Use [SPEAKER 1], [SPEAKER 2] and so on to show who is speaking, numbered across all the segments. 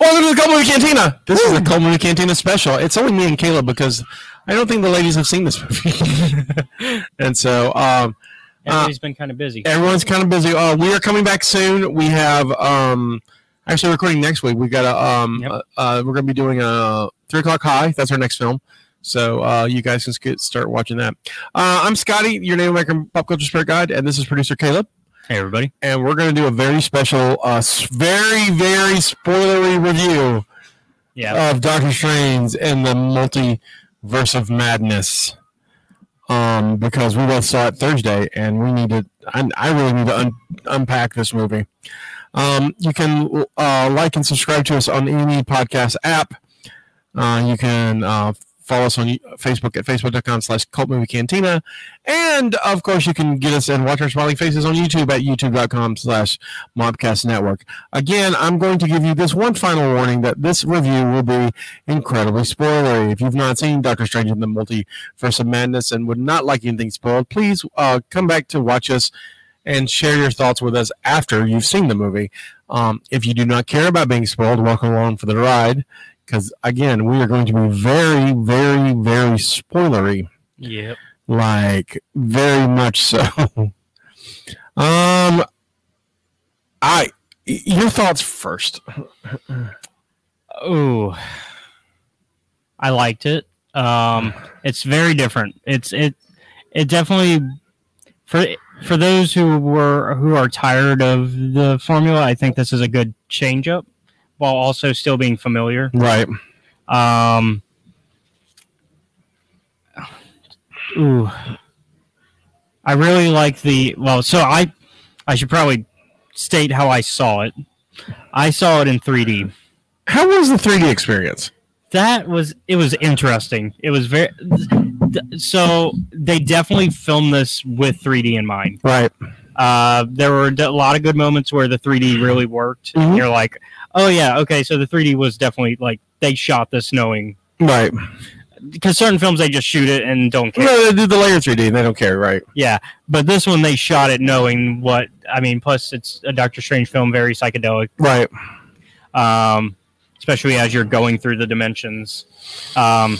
[SPEAKER 1] Welcome to the Culinary Cantina. This is a Culinary Cantina special. It's only me and Kayla because I don't think the ladies have seen this movie. and so um,
[SPEAKER 2] Everybody's been kind of busy.
[SPEAKER 1] everyone's kind of busy. Uh, we are coming back soon. We have um, actually recording next week. We got a um,
[SPEAKER 2] Yep.
[SPEAKER 1] uh, uh, we're going to be doing a three o'clock high. That's our next film. So uh, you guys can get, start watching that. Uh, I'm Scotty, your name maker, pop culture spirit guide, and this is producer Caleb.
[SPEAKER 2] Hey, everybody.
[SPEAKER 1] And we're going to do a very special, uh, s- very very spoilery review
[SPEAKER 2] Yeah.
[SPEAKER 1] of Doctor Strange and the Multiverse of Madness. Um, because we both saw it Thursday, and we need to. I, I really need to un- unpack this movie. Um, you can uh, like and subscribe to us on any podcast app. Uh, you can uh, follow us on Facebook at facebook.com slash cult movie cantina. And of course, you can get us and watch our smiling faces on YouTube at youtube.com slash mobcast network. Again, I'm going to give you this one final warning that this review will be incredibly spoilery. If you've not seen Doctor Strange in the Multiverse of Madness and would not like anything spoiled, please uh, come back to watch us and share your thoughts with us after you've seen the movie. Um, if you do not care about being spoiled, welcome along for the ride. Because again, we are going to be very, very, very spoilery
[SPEAKER 2] yep.
[SPEAKER 1] like very much so um i y- your thoughts first
[SPEAKER 2] Oh, I liked it. Um, it's very different. It's it it definitely for for those who were who are tired of the formula. I think this is a good change up while also still being familiar.
[SPEAKER 1] right
[SPEAKER 2] Um, ooh, I really like the well. So I, I should probably state how I saw it. I saw it in 3D.
[SPEAKER 1] how was the 3d experience
[SPEAKER 2] That was it was interesting. It was very so they definitely filmed this with 3D in mind.
[SPEAKER 1] right
[SPEAKER 2] Uh, there were a lot of good moments where the 3D really worked.
[SPEAKER 1] Mhm.
[SPEAKER 2] You're like, oh yeah, okay. So the 3D was definitely like they shot this knowing
[SPEAKER 1] right
[SPEAKER 2] because certain films they just shoot it and don't care.
[SPEAKER 1] no they did the layer 3d and they don't care right
[SPEAKER 2] Yeah, but this one they shot it knowing what I mean. Plus, it's a Doctor Strange film, very psychedelic,
[SPEAKER 1] right
[SPEAKER 2] um, especially as you're going through the dimensions. Um,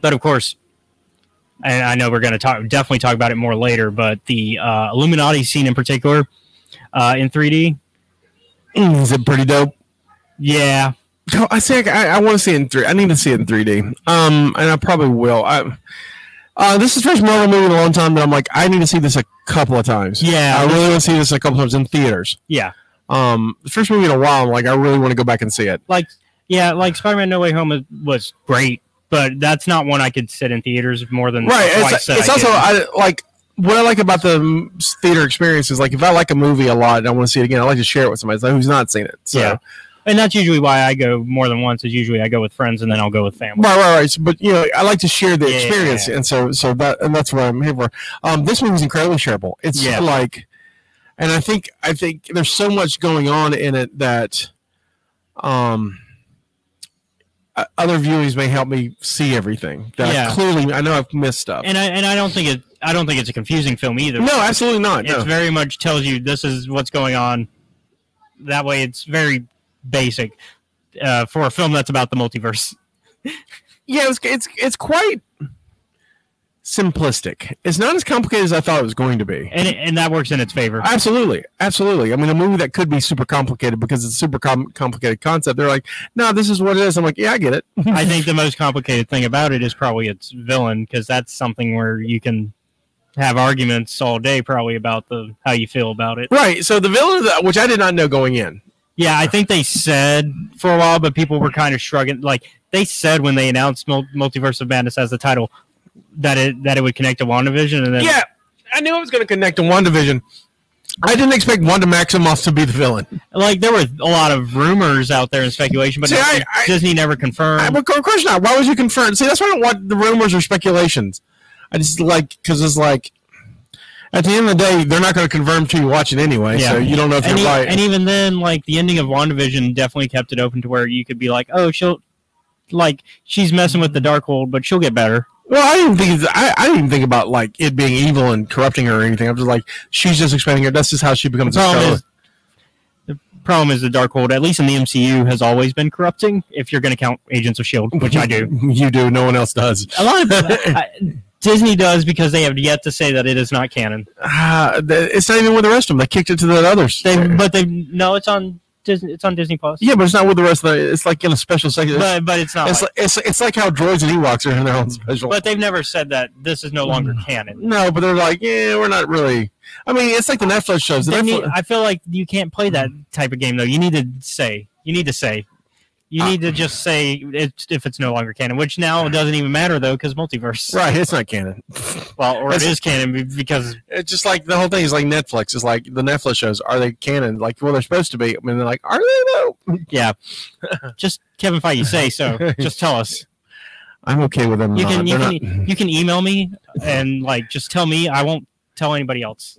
[SPEAKER 2] but of course, and I know we're going to talk definitely talk about it more later. But the uh, Illuminati scene in particular uh, in 3D,
[SPEAKER 1] Mm, is it pretty dope
[SPEAKER 2] yeah,
[SPEAKER 1] No, i think i, I want to see it in 3 i need to see it in 3d um and i probably will i uh, this is the first Marvel movie in a long time that I'm like, I need to see this a couple of times.
[SPEAKER 2] Yeah.
[SPEAKER 1] I really want to see this a couple times in theaters.
[SPEAKER 2] yeah,
[SPEAKER 1] Um, the first movie in a while, I'm like, I really want to go back and see it.
[SPEAKER 2] like yeah, like Spider-Man: No Way Home is- was great. But that's not one I could sit in theaters more than
[SPEAKER 1] right
[SPEAKER 2] Twice
[SPEAKER 1] it's,
[SPEAKER 2] that
[SPEAKER 1] it's
[SPEAKER 2] I
[SPEAKER 1] also
[SPEAKER 2] did.
[SPEAKER 1] I, like what i like about the mm, theater experience is like if i like a movie a lot and i want to see it again i like to share it with somebody who's not seen it so
[SPEAKER 2] Yeah. And that's usually why I go more than once. Is usually I go with friends and then I'll go with family.
[SPEAKER 1] Right, right, right. So, but you know, I like to share the
[SPEAKER 2] Yeah.
[SPEAKER 1] experience, and so, so that, and that's what I'm here for. Um, this movie's incredibly shareable. It's
[SPEAKER 2] Yeah.
[SPEAKER 1] like, and I think, I think there's so much going on in it that, um, o- other viewings may help me see everything that
[SPEAKER 2] Yeah.
[SPEAKER 1] I clearly, I know I've missed stuff.
[SPEAKER 2] And I and I don't think it. I don't think it's a confusing film either.
[SPEAKER 1] no, absolutely not.
[SPEAKER 2] it
[SPEAKER 1] No.
[SPEAKER 2] very much tells you this is what's going on. That way, it's very basic uh, for a film that's about the multiverse.
[SPEAKER 1] yeah, it's it's it's quite simplistic. It's not as complicated as I thought it was going to be.
[SPEAKER 2] And it, and that works in its favor.
[SPEAKER 1] Absolutely, absolutely. I mean, a movie that could be super complicated because it's a super com- complicated concept. They're like, no, this is what it is. I'm like, yeah, I get it.
[SPEAKER 2] I think the most complicated thing about it is probably its villain because that's something where you can have arguments all day probably about the how you feel about it.
[SPEAKER 1] Right. So the villain, of the, which I did not know going in.
[SPEAKER 2] Yeah, I think they said for a while, but people were kind of shrugging. Like they said when they announced Mul- Multiverse of Madness as the title that it that it would connect to WandaVision, and then
[SPEAKER 1] Yeah, I knew it was going to connect to WandaVision. I didn't expect Wanda Maximoff to be the villain.
[SPEAKER 2] like there were a lot of rumors out there and speculation, but
[SPEAKER 1] See,
[SPEAKER 2] Disney-
[SPEAKER 1] I- I-
[SPEAKER 2] Disney never confirmed.
[SPEAKER 1] I, of course not. Why would you confirm? See, that's why I don't want the rumors or speculations. I just like because it's like at the end of the day, they're not going to confirm to you watching anyway.
[SPEAKER 2] Yeah.
[SPEAKER 1] So you don't know if
[SPEAKER 2] and,
[SPEAKER 1] you're
[SPEAKER 2] e-
[SPEAKER 1] right.
[SPEAKER 2] and even then, like the ending of WandaVision definitely kept it open to where you could be like, oh, she'll like she's messing with the Darkhold, but she'll get better.
[SPEAKER 1] Well, I didn't think it's- I, I didn't even think about like it being evil and corrupting her or anything. I'm just like she's just expanding her. That's just how she becomes
[SPEAKER 2] The
[SPEAKER 1] a
[SPEAKER 2] problem
[SPEAKER 1] Scarlet.
[SPEAKER 2] is, the problem is the Darkhold, at least in the MCU, has always been corrupting. If you're going to count Agents of Shield, which I do,
[SPEAKER 1] you do. No one else does.
[SPEAKER 2] a lot of I, Disney does because they have yet to say that it is not canon.
[SPEAKER 1] Ah, th- it's not even with the rest of them. They kicked it to the others.
[SPEAKER 2] They, but they no, it's on Disney. It's on Disney Plus.
[SPEAKER 1] yeah, but it's not with the rest of the. It's like in a special section. It's,
[SPEAKER 2] but but it's not.
[SPEAKER 1] it's,
[SPEAKER 2] like-
[SPEAKER 1] like, it's, it's like how droids and Ewoks are in their own special.
[SPEAKER 2] but they've never said that this is no longer canon.
[SPEAKER 1] no, but they're like, yeah, we're not really. I mean, it's like the Netflix shows. The
[SPEAKER 2] They need,
[SPEAKER 1] Netflix,
[SPEAKER 2] I feel like you can't play that type of game though. You need to say. You need to say. You
[SPEAKER 1] Uh,
[SPEAKER 2] need to just say it's, if it's no longer canon, which now doesn't even matter though, because multiverse.
[SPEAKER 1] right, it's not canon.
[SPEAKER 2] Well, or it
[SPEAKER 1] It's-
[SPEAKER 2] is canon be- because
[SPEAKER 1] It's just like the whole thing is like Netflix. It's like the Netflix shows are they canon? Like well, they're supposed to be. I mean, they're like, are they though?
[SPEAKER 2] yeah, just Kevin Feige say so. Just tell us.
[SPEAKER 1] I'm okay with them.
[SPEAKER 2] You can
[SPEAKER 1] not.
[SPEAKER 2] you
[SPEAKER 1] They're
[SPEAKER 2] can e, you can email me and like just tell me. I won't tell anybody else.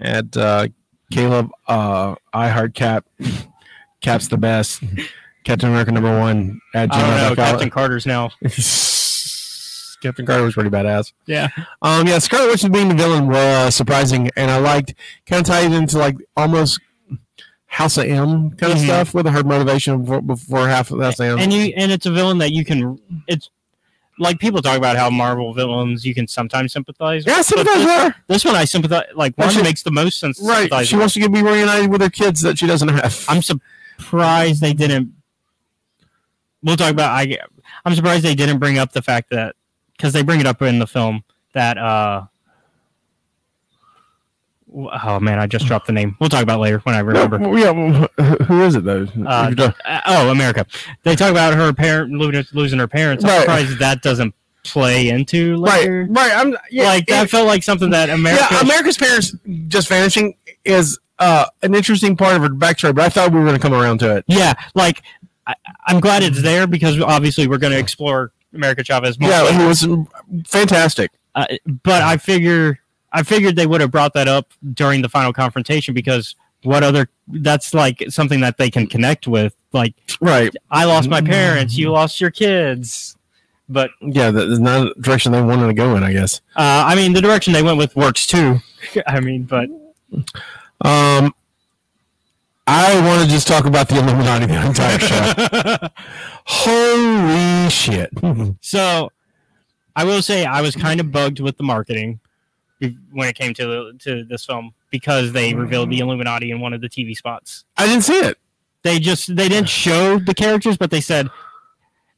[SPEAKER 1] at uh, Caleb uh, I Heart Cap. Cap's the best. Captain America number one at
[SPEAKER 2] I don't know. Captain
[SPEAKER 1] gmail.com.
[SPEAKER 2] Carter's now.
[SPEAKER 1] Captain, Carter was pretty badass.
[SPEAKER 2] Yeah.
[SPEAKER 1] Um, yeah, Scarlet Witch being the villain was uh, surprising, and I liked kind of tied into like almost House of M kind of
[SPEAKER 2] Mhm.
[SPEAKER 1] stuff with her motivation before, before half of House of M.
[SPEAKER 2] and you and it's a villain that you can it's like people talk about how Marvel villains you can sometimes sympathize.
[SPEAKER 1] yeah,
[SPEAKER 2] with, but
[SPEAKER 1] sympathize with
[SPEAKER 2] this,
[SPEAKER 1] her.
[SPEAKER 2] this one I sympathize like
[SPEAKER 1] Well,
[SPEAKER 2] one
[SPEAKER 1] she-
[SPEAKER 2] makes the most sense. to
[SPEAKER 1] Right,
[SPEAKER 2] sympathize
[SPEAKER 1] she
[SPEAKER 2] with.
[SPEAKER 1] wants to be reunited with her kids that she doesn't have.
[SPEAKER 2] I'm surprised they didn't. We'll talk about. I I'm surprised they didn't bring up the fact that because they bring it up in the film that uh. Oh man, I just dropped the name. We'll talk about it later when I remember.
[SPEAKER 1] No, yeah, well, who is it though?
[SPEAKER 2] Uh,
[SPEAKER 1] You're done.
[SPEAKER 2] Uh, oh, America. They talk about her parent losing, losing her parents. I'm
[SPEAKER 1] Right.
[SPEAKER 2] surprised that doesn't play into
[SPEAKER 1] right,
[SPEAKER 2] later.
[SPEAKER 1] right. I'm yeah,
[SPEAKER 2] like that
[SPEAKER 1] it-
[SPEAKER 2] felt like something that America.
[SPEAKER 1] Yeah, America's parents just vanishing is uh, an interesting part of her backstory, but I thought we were going to come around to it.
[SPEAKER 2] Yeah, like I, I'm glad it's there because obviously we're going to explore America Chavez more.
[SPEAKER 1] Yeah, it was fantastic.
[SPEAKER 2] uh, but I figure I figured they would have brought that up during the final confrontation because what other that's like something that they can connect with. Like
[SPEAKER 1] Right.
[SPEAKER 2] I lost my parents, you lost your kids. But
[SPEAKER 1] Yeah, that is not the direction they wanted to go in, I guess.
[SPEAKER 2] uh, I mean, the direction they went with works too. I mean, but
[SPEAKER 1] Um, I want to just talk about the Illuminati the entire show. Holy shit.
[SPEAKER 2] Mm-hmm. So, I will say I was kind of bugged with the marketing when it came to the, to this film because they revealed the Illuminati in one of the TV spots.
[SPEAKER 1] I didn't see it.
[SPEAKER 2] They just they didn't show the characters, but they said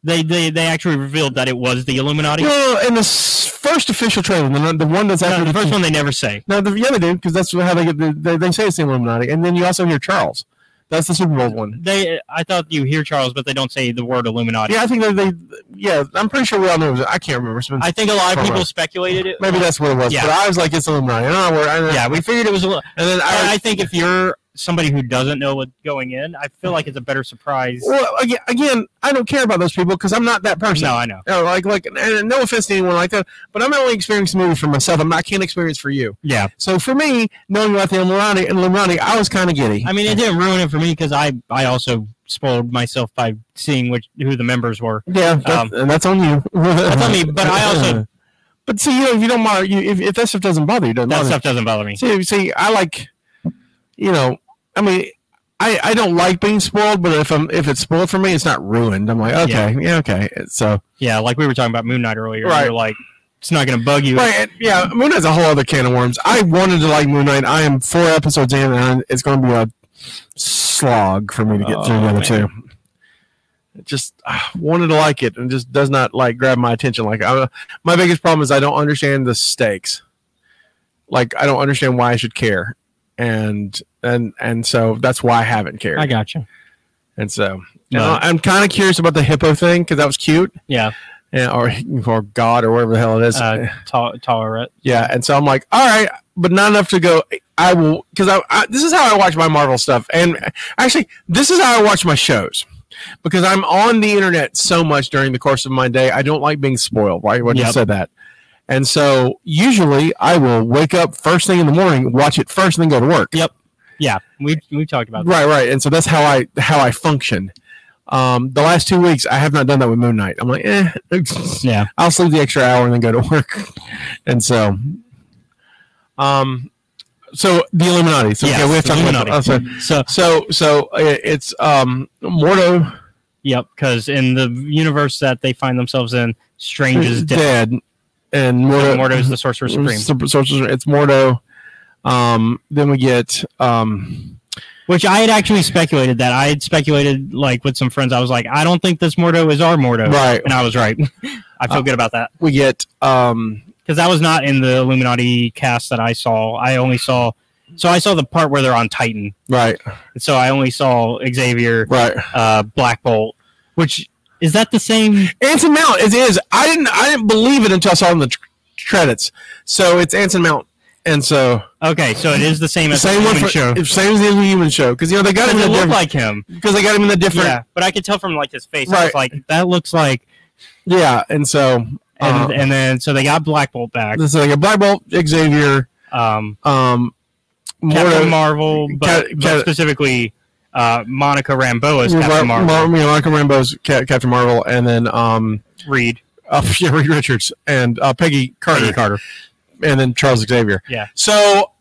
[SPEAKER 2] they they, they actually revealed that it was the Illuminati. No,
[SPEAKER 1] Well, in the s- first official trailer, the, the one that's after
[SPEAKER 2] the first one they never say.
[SPEAKER 1] No, the, yeah, they do, because that's how they get the, they, they say it's the Illuminati. And then you also hear Charles. That's the Super Bowl one.
[SPEAKER 2] They I thought you hear Charles, but they don't say the word Illuminati.
[SPEAKER 1] Yeah, I think that they. Yeah, I'm pretty sure we all knew. It was, I can't remember. It's been-
[SPEAKER 2] I think a lot of people
[SPEAKER 1] Correct.
[SPEAKER 2] speculated it.
[SPEAKER 1] maybe that's what it was.
[SPEAKER 2] Yeah.
[SPEAKER 1] But I was like, it's Illuminati. And I were, I,
[SPEAKER 2] yeah, we figured it was. Illu-
[SPEAKER 1] and then
[SPEAKER 2] I,
[SPEAKER 1] I.
[SPEAKER 2] I think if you're somebody who doesn't know what's going in, I feel like it's a better surprise.
[SPEAKER 1] well, again, again, I don't care about those people because I'm not that person.
[SPEAKER 2] No, I know.
[SPEAKER 1] No, like, like, and- and no offense to anyone like that, but I'm only experiencing movies for myself. I'm not, I can't experience for you.
[SPEAKER 2] Yeah.
[SPEAKER 1] So for me, knowing about the Illuminati and Illuminati, I was kind of giddy.
[SPEAKER 2] I mean, it didn't ruin it for me because I I also spoiled myself by seeing which who the members were.
[SPEAKER 1] yeah, that's,
[SPEAKER 2] um,
[SPEAKER 1] and that's on you. That's
[SPEAKER 2] on me, but I also-
[SPEAKER 1] But see, you know, if you don't mind, you, if, if that stuff doesn't bother you, it doesn't
[SPEAKER 2] That
[SPEAKER 1] bother
[SPEAKER 2] stuff doesn't bother me.
[SPEAKER 1] See, see, I like, you know, I mean, I, I don't like being spoiled, but if I'm if it's spoiled for me, it's not ruined. I'm like, okay, yeah, okay. So
[SPEAKER 2] Yeah, like we were talking about Moon Knight earlier.
[SPEAKER 1] Right.
[SPEAKER 2] You're like, it's not going to bug you.
[SPEAKER 1] right, and- yeah, Moon Knight's a whole other can of worms. I wanted to like Moon Knight. I am four episodes in, and it's going to be a slog for me to get through the
[SPEAKER 2] Oh,
[SPEAKER 1] other
[SPEAKER 2] man.
[SPEAKER 1] two. It Just ah, wanted to like it, and just does not like grab my attention. Like I, my biggest problem is I don't understand the stakes. Like I don't understand why I should care, and and and so that's why I haven't cared.
[SPEAKER 2] I got you.
[SPEAKER 1] And so
[SPEAKER 2] No.
[SPEAKER 1] and I- I'm kind of curious about the hippo thing because that was cute,
[SPEAKER 2] Yeah,
[SPEAKER 1] and, or or God or whatever the hell it is.
[SPEAKER 2] uh, to- tolerant.
[SPEAKER 1] yeah, and so I'm like, all right, but not enough to go. I will because I, I this is how I watch my Marvel stuff, and actually this is how I watch my shows because I'm on the internet so much during the course of my day. I don't like being spoiled. Right when you
[SPEAKER 2] Yep.
[SPEAKER 1] said that. And so usually I will wake up first thing in the morning, watch it first, and then go to work.
[SPEAKER 2] Yep. Yeah, we we talked about that.
[SPEAKER 1] Right, right. And so that's how I how I function. Um, the last two weeks, I have not done that with Moon Knight. I'm like, eh,
[SPEAKER 2] Yeah,
[SPEAKER 1] I'll sleep the extra hour and then go to work. And so, um, so the Illuminati. So
[SPEAKER 2] Yes,
[SPEAKER 1] yeah, Oh, we're talking about.
[SPEAKER 2] Illuminati.
[SPEAKER 1] Also,
[SPEAKER 2] So,
[SPEAKER 1] so so uh, it's um Mordo
[SPEAKER 2] yep, because in the universe that they find themselves in, Strange is
[SPEAKER 1] is
[SPEAKER 2] dead.
[SPEAKER 1] dead, and Mordo,
[SPEAKER 2] Mordo is the Sorcerer Supreme,
[SPEAKER 1] Sup- Sorcerer- It's Mordo. Um, then we get um
[SPEAKER 2] which I had actually speculated that. I had speculated like with some friends. I was like, I don't think this Mordo is our Mordo,
[SPEAKER 1] right. Uh,
[SPEAKER 2] and I was right. I feel good about that
[SPEAKER 1] We get um
[SPEAKER 2] because that was not in the Illuminati cast that I saw. I only saw, so I saw the part where they're on Titan,
[SPEAKER 1] right
[SPEAKER 2] and so I only saw Xavier,
[SPEAKER 1] right.
[SPEAKER 2] uh, Black Bolt, which is that the same?
[SPEAKER 1] Anson Mount it is. I didn't I didn't believe it until I saw it in the tr- credits. So it's Anson Mount, and so
[SPEAKER 2] Okay, so it is the same as
[SPEAKER 1] same
[SPEAKER 2] the
[SPEAKER 1] one
[SPEAKER 2] Human
[SPEAKER 1] for
[SPEAKER 2] show.
[SPEAKER 1] same as the Human Show because you know they got him
[SPEAKER 2] Because
[SPEAKER 1] in a
[SPEAKER 2] it looked
[SPEAKER 1] different
[SPEAKER 2] like him.
[SPEAKER 1] because they got him in a different
[SPEAKER 2] Yeah, but I could tell from like his face. I was
[SPEAKER 1] Right.
[SPEAKER 2] like, that looks like,
[SPEAKER 1] yeah, and so
[SPEAKER 2] and
[SPEAKER 1] Uh.
[SPEAKER 2] and then so they got Black Bolt back.
[SPEAKER 1] this is like a Black Bolt, Xavier,
[SPEAKER 2] Um,
[SPEAKER 1] um,
[SPEAKER 2] Captain
[SPEAKER 1] Mordo,
[SPEAKER 2] Marvel, but,
[SPEAKER 1] Ca-
[SPEAKER 2] but
[SPEAKER 1] Ca-
[SPEAKER 2] specifically uh, Monica Rambeau as
[SPEAKER 1] Mar-
[SPEAKER 2] Captain Marvel.
[SPEAKER 1] Mar- you know, Michael Rambo's Ca- Captain Marvel, and then um,
[SPEAKER 2] Reed
[SPEAKER 1] uh, yeah, Reed Richards and uh, Peggy Carter,
[SPEAKER 2] Peggy Carter.
[SPEAKER 1] and then Charles Xavier.
[SPEAKER 2] Yeah.
[SPEAKER 1] So,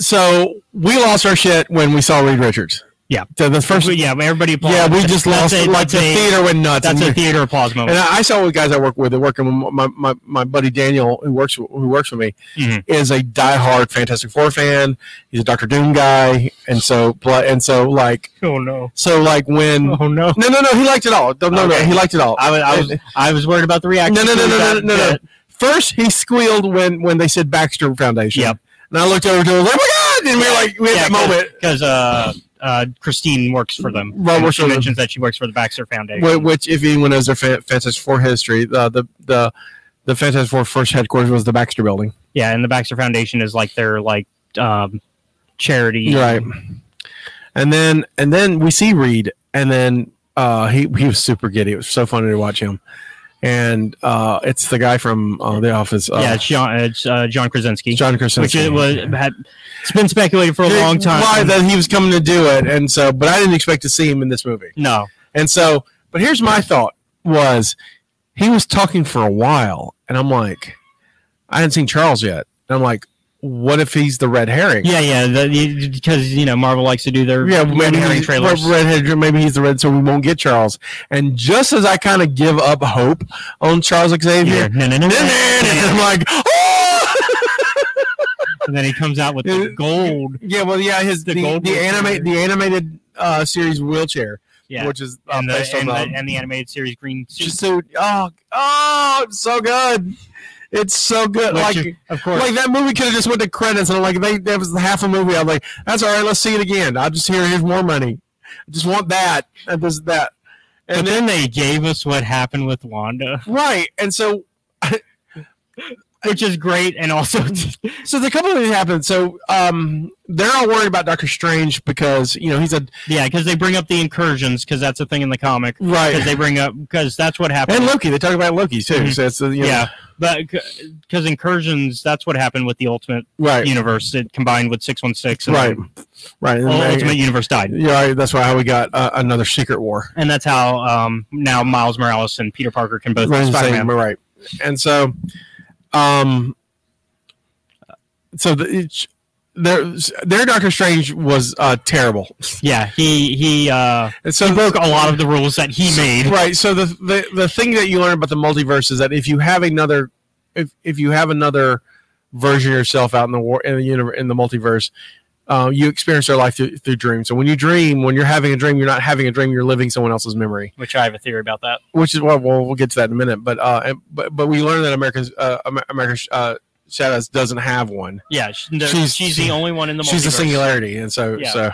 [SPEAKER 1] so we lost our shit when we saw Reed Richards.
[SPEAKER 2] Yeah.
[SPEAKER 1] So the first.
[SPEAKER 2] But yeah, but everybody. Applauds.
[SPEAKER 1] yeah, we just lost.
[SPEAKER 2] That's a-
[SPEAKER 1] like
[SPEAKER 2] that's
[SPEAKER 1] the
[SPEAKER 2] a-
[SPEAKER 1] theater went nuts.
[SPEAKER 2] That's
[SPEAKER 1] and
[SPEAKER 2] a theater applause moment.
[SPEAKER 1] And I, I saw with guys I work with, that working with my, my, my buddy Daniel, who works who works with me,
[SPEAKER 2] Mhm.
[SPEAKER 1] is a diehard Fantastic Four fan. He's a Doctor Doom guy, and so bl- and so like
[SPEAKER 2] oh no!
[SPEAKER 1] so like when
[SPEAKER 2] Oh no!
[SPEAKER 1] no no no he liked it all no no
[SPEAKER 2] Okay.
[SPEAKER 1] no he liked it all.
[SPEAKER 2] I was I was, I was worried about the reaction.
[SPEAKER 1] No, no, no,
[SPEAKER 2] to
[SPEAKER 1] no,
[SPEAKER 2] that
[SPEAKER 1] no, no, no.
[SPEAKER 2] bit.
[SPEAKER 1] First he squealed when when they said Baxter Foundation.
[SPEAKER 2] Yep.
[SPEAKER 1] And I looked over to him like, oh my god! And we were like, we had
[SPEAKER 2] Yeah,
[SPEAKER 1] that moment.
[SPEAKER 2] because uh, uh, Christine works for them.
[SPEAKER 1] Well,
[SPEAKER 2] And
[SPEAKER 1] works
[SPEAKER 2] she
[SPEAKER 1] for them.
[SPEAKER 2] mentions that she works for the Baxter Foundation.
[SPEAKER 1] Wh- Which, if anyone knows their Fa- Fantastic Four history, the the the the Fantastic Four first headquarters was the Baxter Building.
[SPEAKER 2] yeah, and the Baxter Foundation is like their like um, charity.
[SPEAKER 1] Right. And then and then we see Reed, and then uh, he he was super giddy. It was so funny to watch him. And uh, it's the guy from uh, The Office. Uh,
[SPEAKER 2] yeah, it's John, it's uh, John Krasinski,
[SPEAKER 1] John Krasinski.
[SPEAKER 2] which it was had it's been speculated for a
[SPEAKER 1] It-
[SPEAKER 2] long time.
[SPEAKER 1] Why that he was coming to do it, and so, but I didn't expect to see him in this movie.
[SPEAKER 2] no,
[SPEAKER 1] And so, but here's my thought was he was talking for a while and I'm like, I hadn't seen Charles yet. And I'm like, what if he's the red herring?
[SPEAKER 2] yeah, yeah, the- because you know Marvel likes to do their
[SPEAKER 1] Yeah,
[SPEAKER 2] red
[SPEAKER 1] maybe
[SPEAKER 2] herring
[SPEAKER 1] he's-
[SPEAKER 2] trailers.
[SPEAKER 1] red herring, maybe he's the red, so we won't get Charles. And just as I kind of give up hope on Charles
[SPEAKER 2] Yeah.
[SPEAKER 1] Xavier,
[SPEAKER 2] No, no, no, no.
[SPEAKER 1] I'm like, oh!
[SPEAKER 2] and then he comes out with the gold.
[SPEAKER 1] yeah, well, yeah, his
[SPEAKER 2] The
[SPEAKER 1] the, the,
[SPEAKER 2] gold wheelchair.
[SPEAKER 1] animate the animated uh, series wheelchair,
[SPEAKER 2] Yeah,
[SPEAKER 1] which is uh,
[SPEAKER 2] and the,
[SPEAKER 1] based on
[SPEAKER 2] and,
[SPEAKER 1] the,
[SPEAKER 2] the, and the animated series Green Suit,
[SPEAKER 1] just so oh oh it's so good it's so good
[SPEAKER 2] which,
[SPEAKER 1] like
[SPEAKER 2] of course,
[SPEAKER 1] like that movie could have just went to credits and I'm like they that was half a movie i'm like that's all right let's see it again i just here here's more money i just want that and this that
[SPEAKER 2] but
[SPEAKER 1] and
[SPEAKER 2] then they gave us what happened with Wanda,
[SPEAKER 1] right and so
[SPEAKER 2] which is great, and also
[SPEAKER 1] so the couple of things happened so um they're all worried about doctor strange because you know he's a
[SPEAKER 2] yeah, because they bring up the incursions because that's a thing in the comic because
[SPEAKER 1] right
[SPEAKER 2] they bring up because that's what happened.
[SPEAKER 1] and loki they talk about loki too so it's uh, you know,
[SPEAKER 2] Mm-hmm. yeah, but because incursions that's what happened with the Ultimate
[SPEAKER 1] right
[SPEAKER 2] Universe. It combined with six one six,
[SPEAKER 1] right right and,
[SPEAKER 2] Ultimate Universe died.
[SPEAKER 1] yeah that's why how we got uh, another secret war
[SPEAKER 2] And that's how um, now Miles Morales and Peter Parker can both
[SPEAKER 1] Right,
[SPEAKER 2] be
[SPEAKER 1] same,
[SPEAKER 2] Spider-Man.
[SPEAKER 1] right. And so, um, so the, each, their their Doctor Strange was uh, terrible.
[SPEAKER 2] Yeah, he he uh,
[SPEAKER 1] And so
[SPEAKER 2] he broke a lot of the rules that he made.
[SPEAKER 1] Right. So the, the the thing that you learn about the multiverse is that if you have another, if if you have another version of yourself out in the war in the universe in the multiverse. Uh, you experience their life through, through dreams. So when you dream, when you're having a dream, you're not having a dream. You're living someone else's memory.
[SPEAKER 2] Which I have a theory about that.
[SPEAKER 1] which is well, we'll, we'll get to that in a minute. But uh, and, but but we learned that America's uh, Amer- America's uh, Shadows doesn't have one.
[SPEAKER 2] Yeah, she, no, she's,
[SPEAKER 1] She's-
[SPEAKER 2] the only one in the multiverse.
[SPEAKER 1] She's a singularity, and so
[SPEAKER 2] Yeah.
[SPEAKER 1] so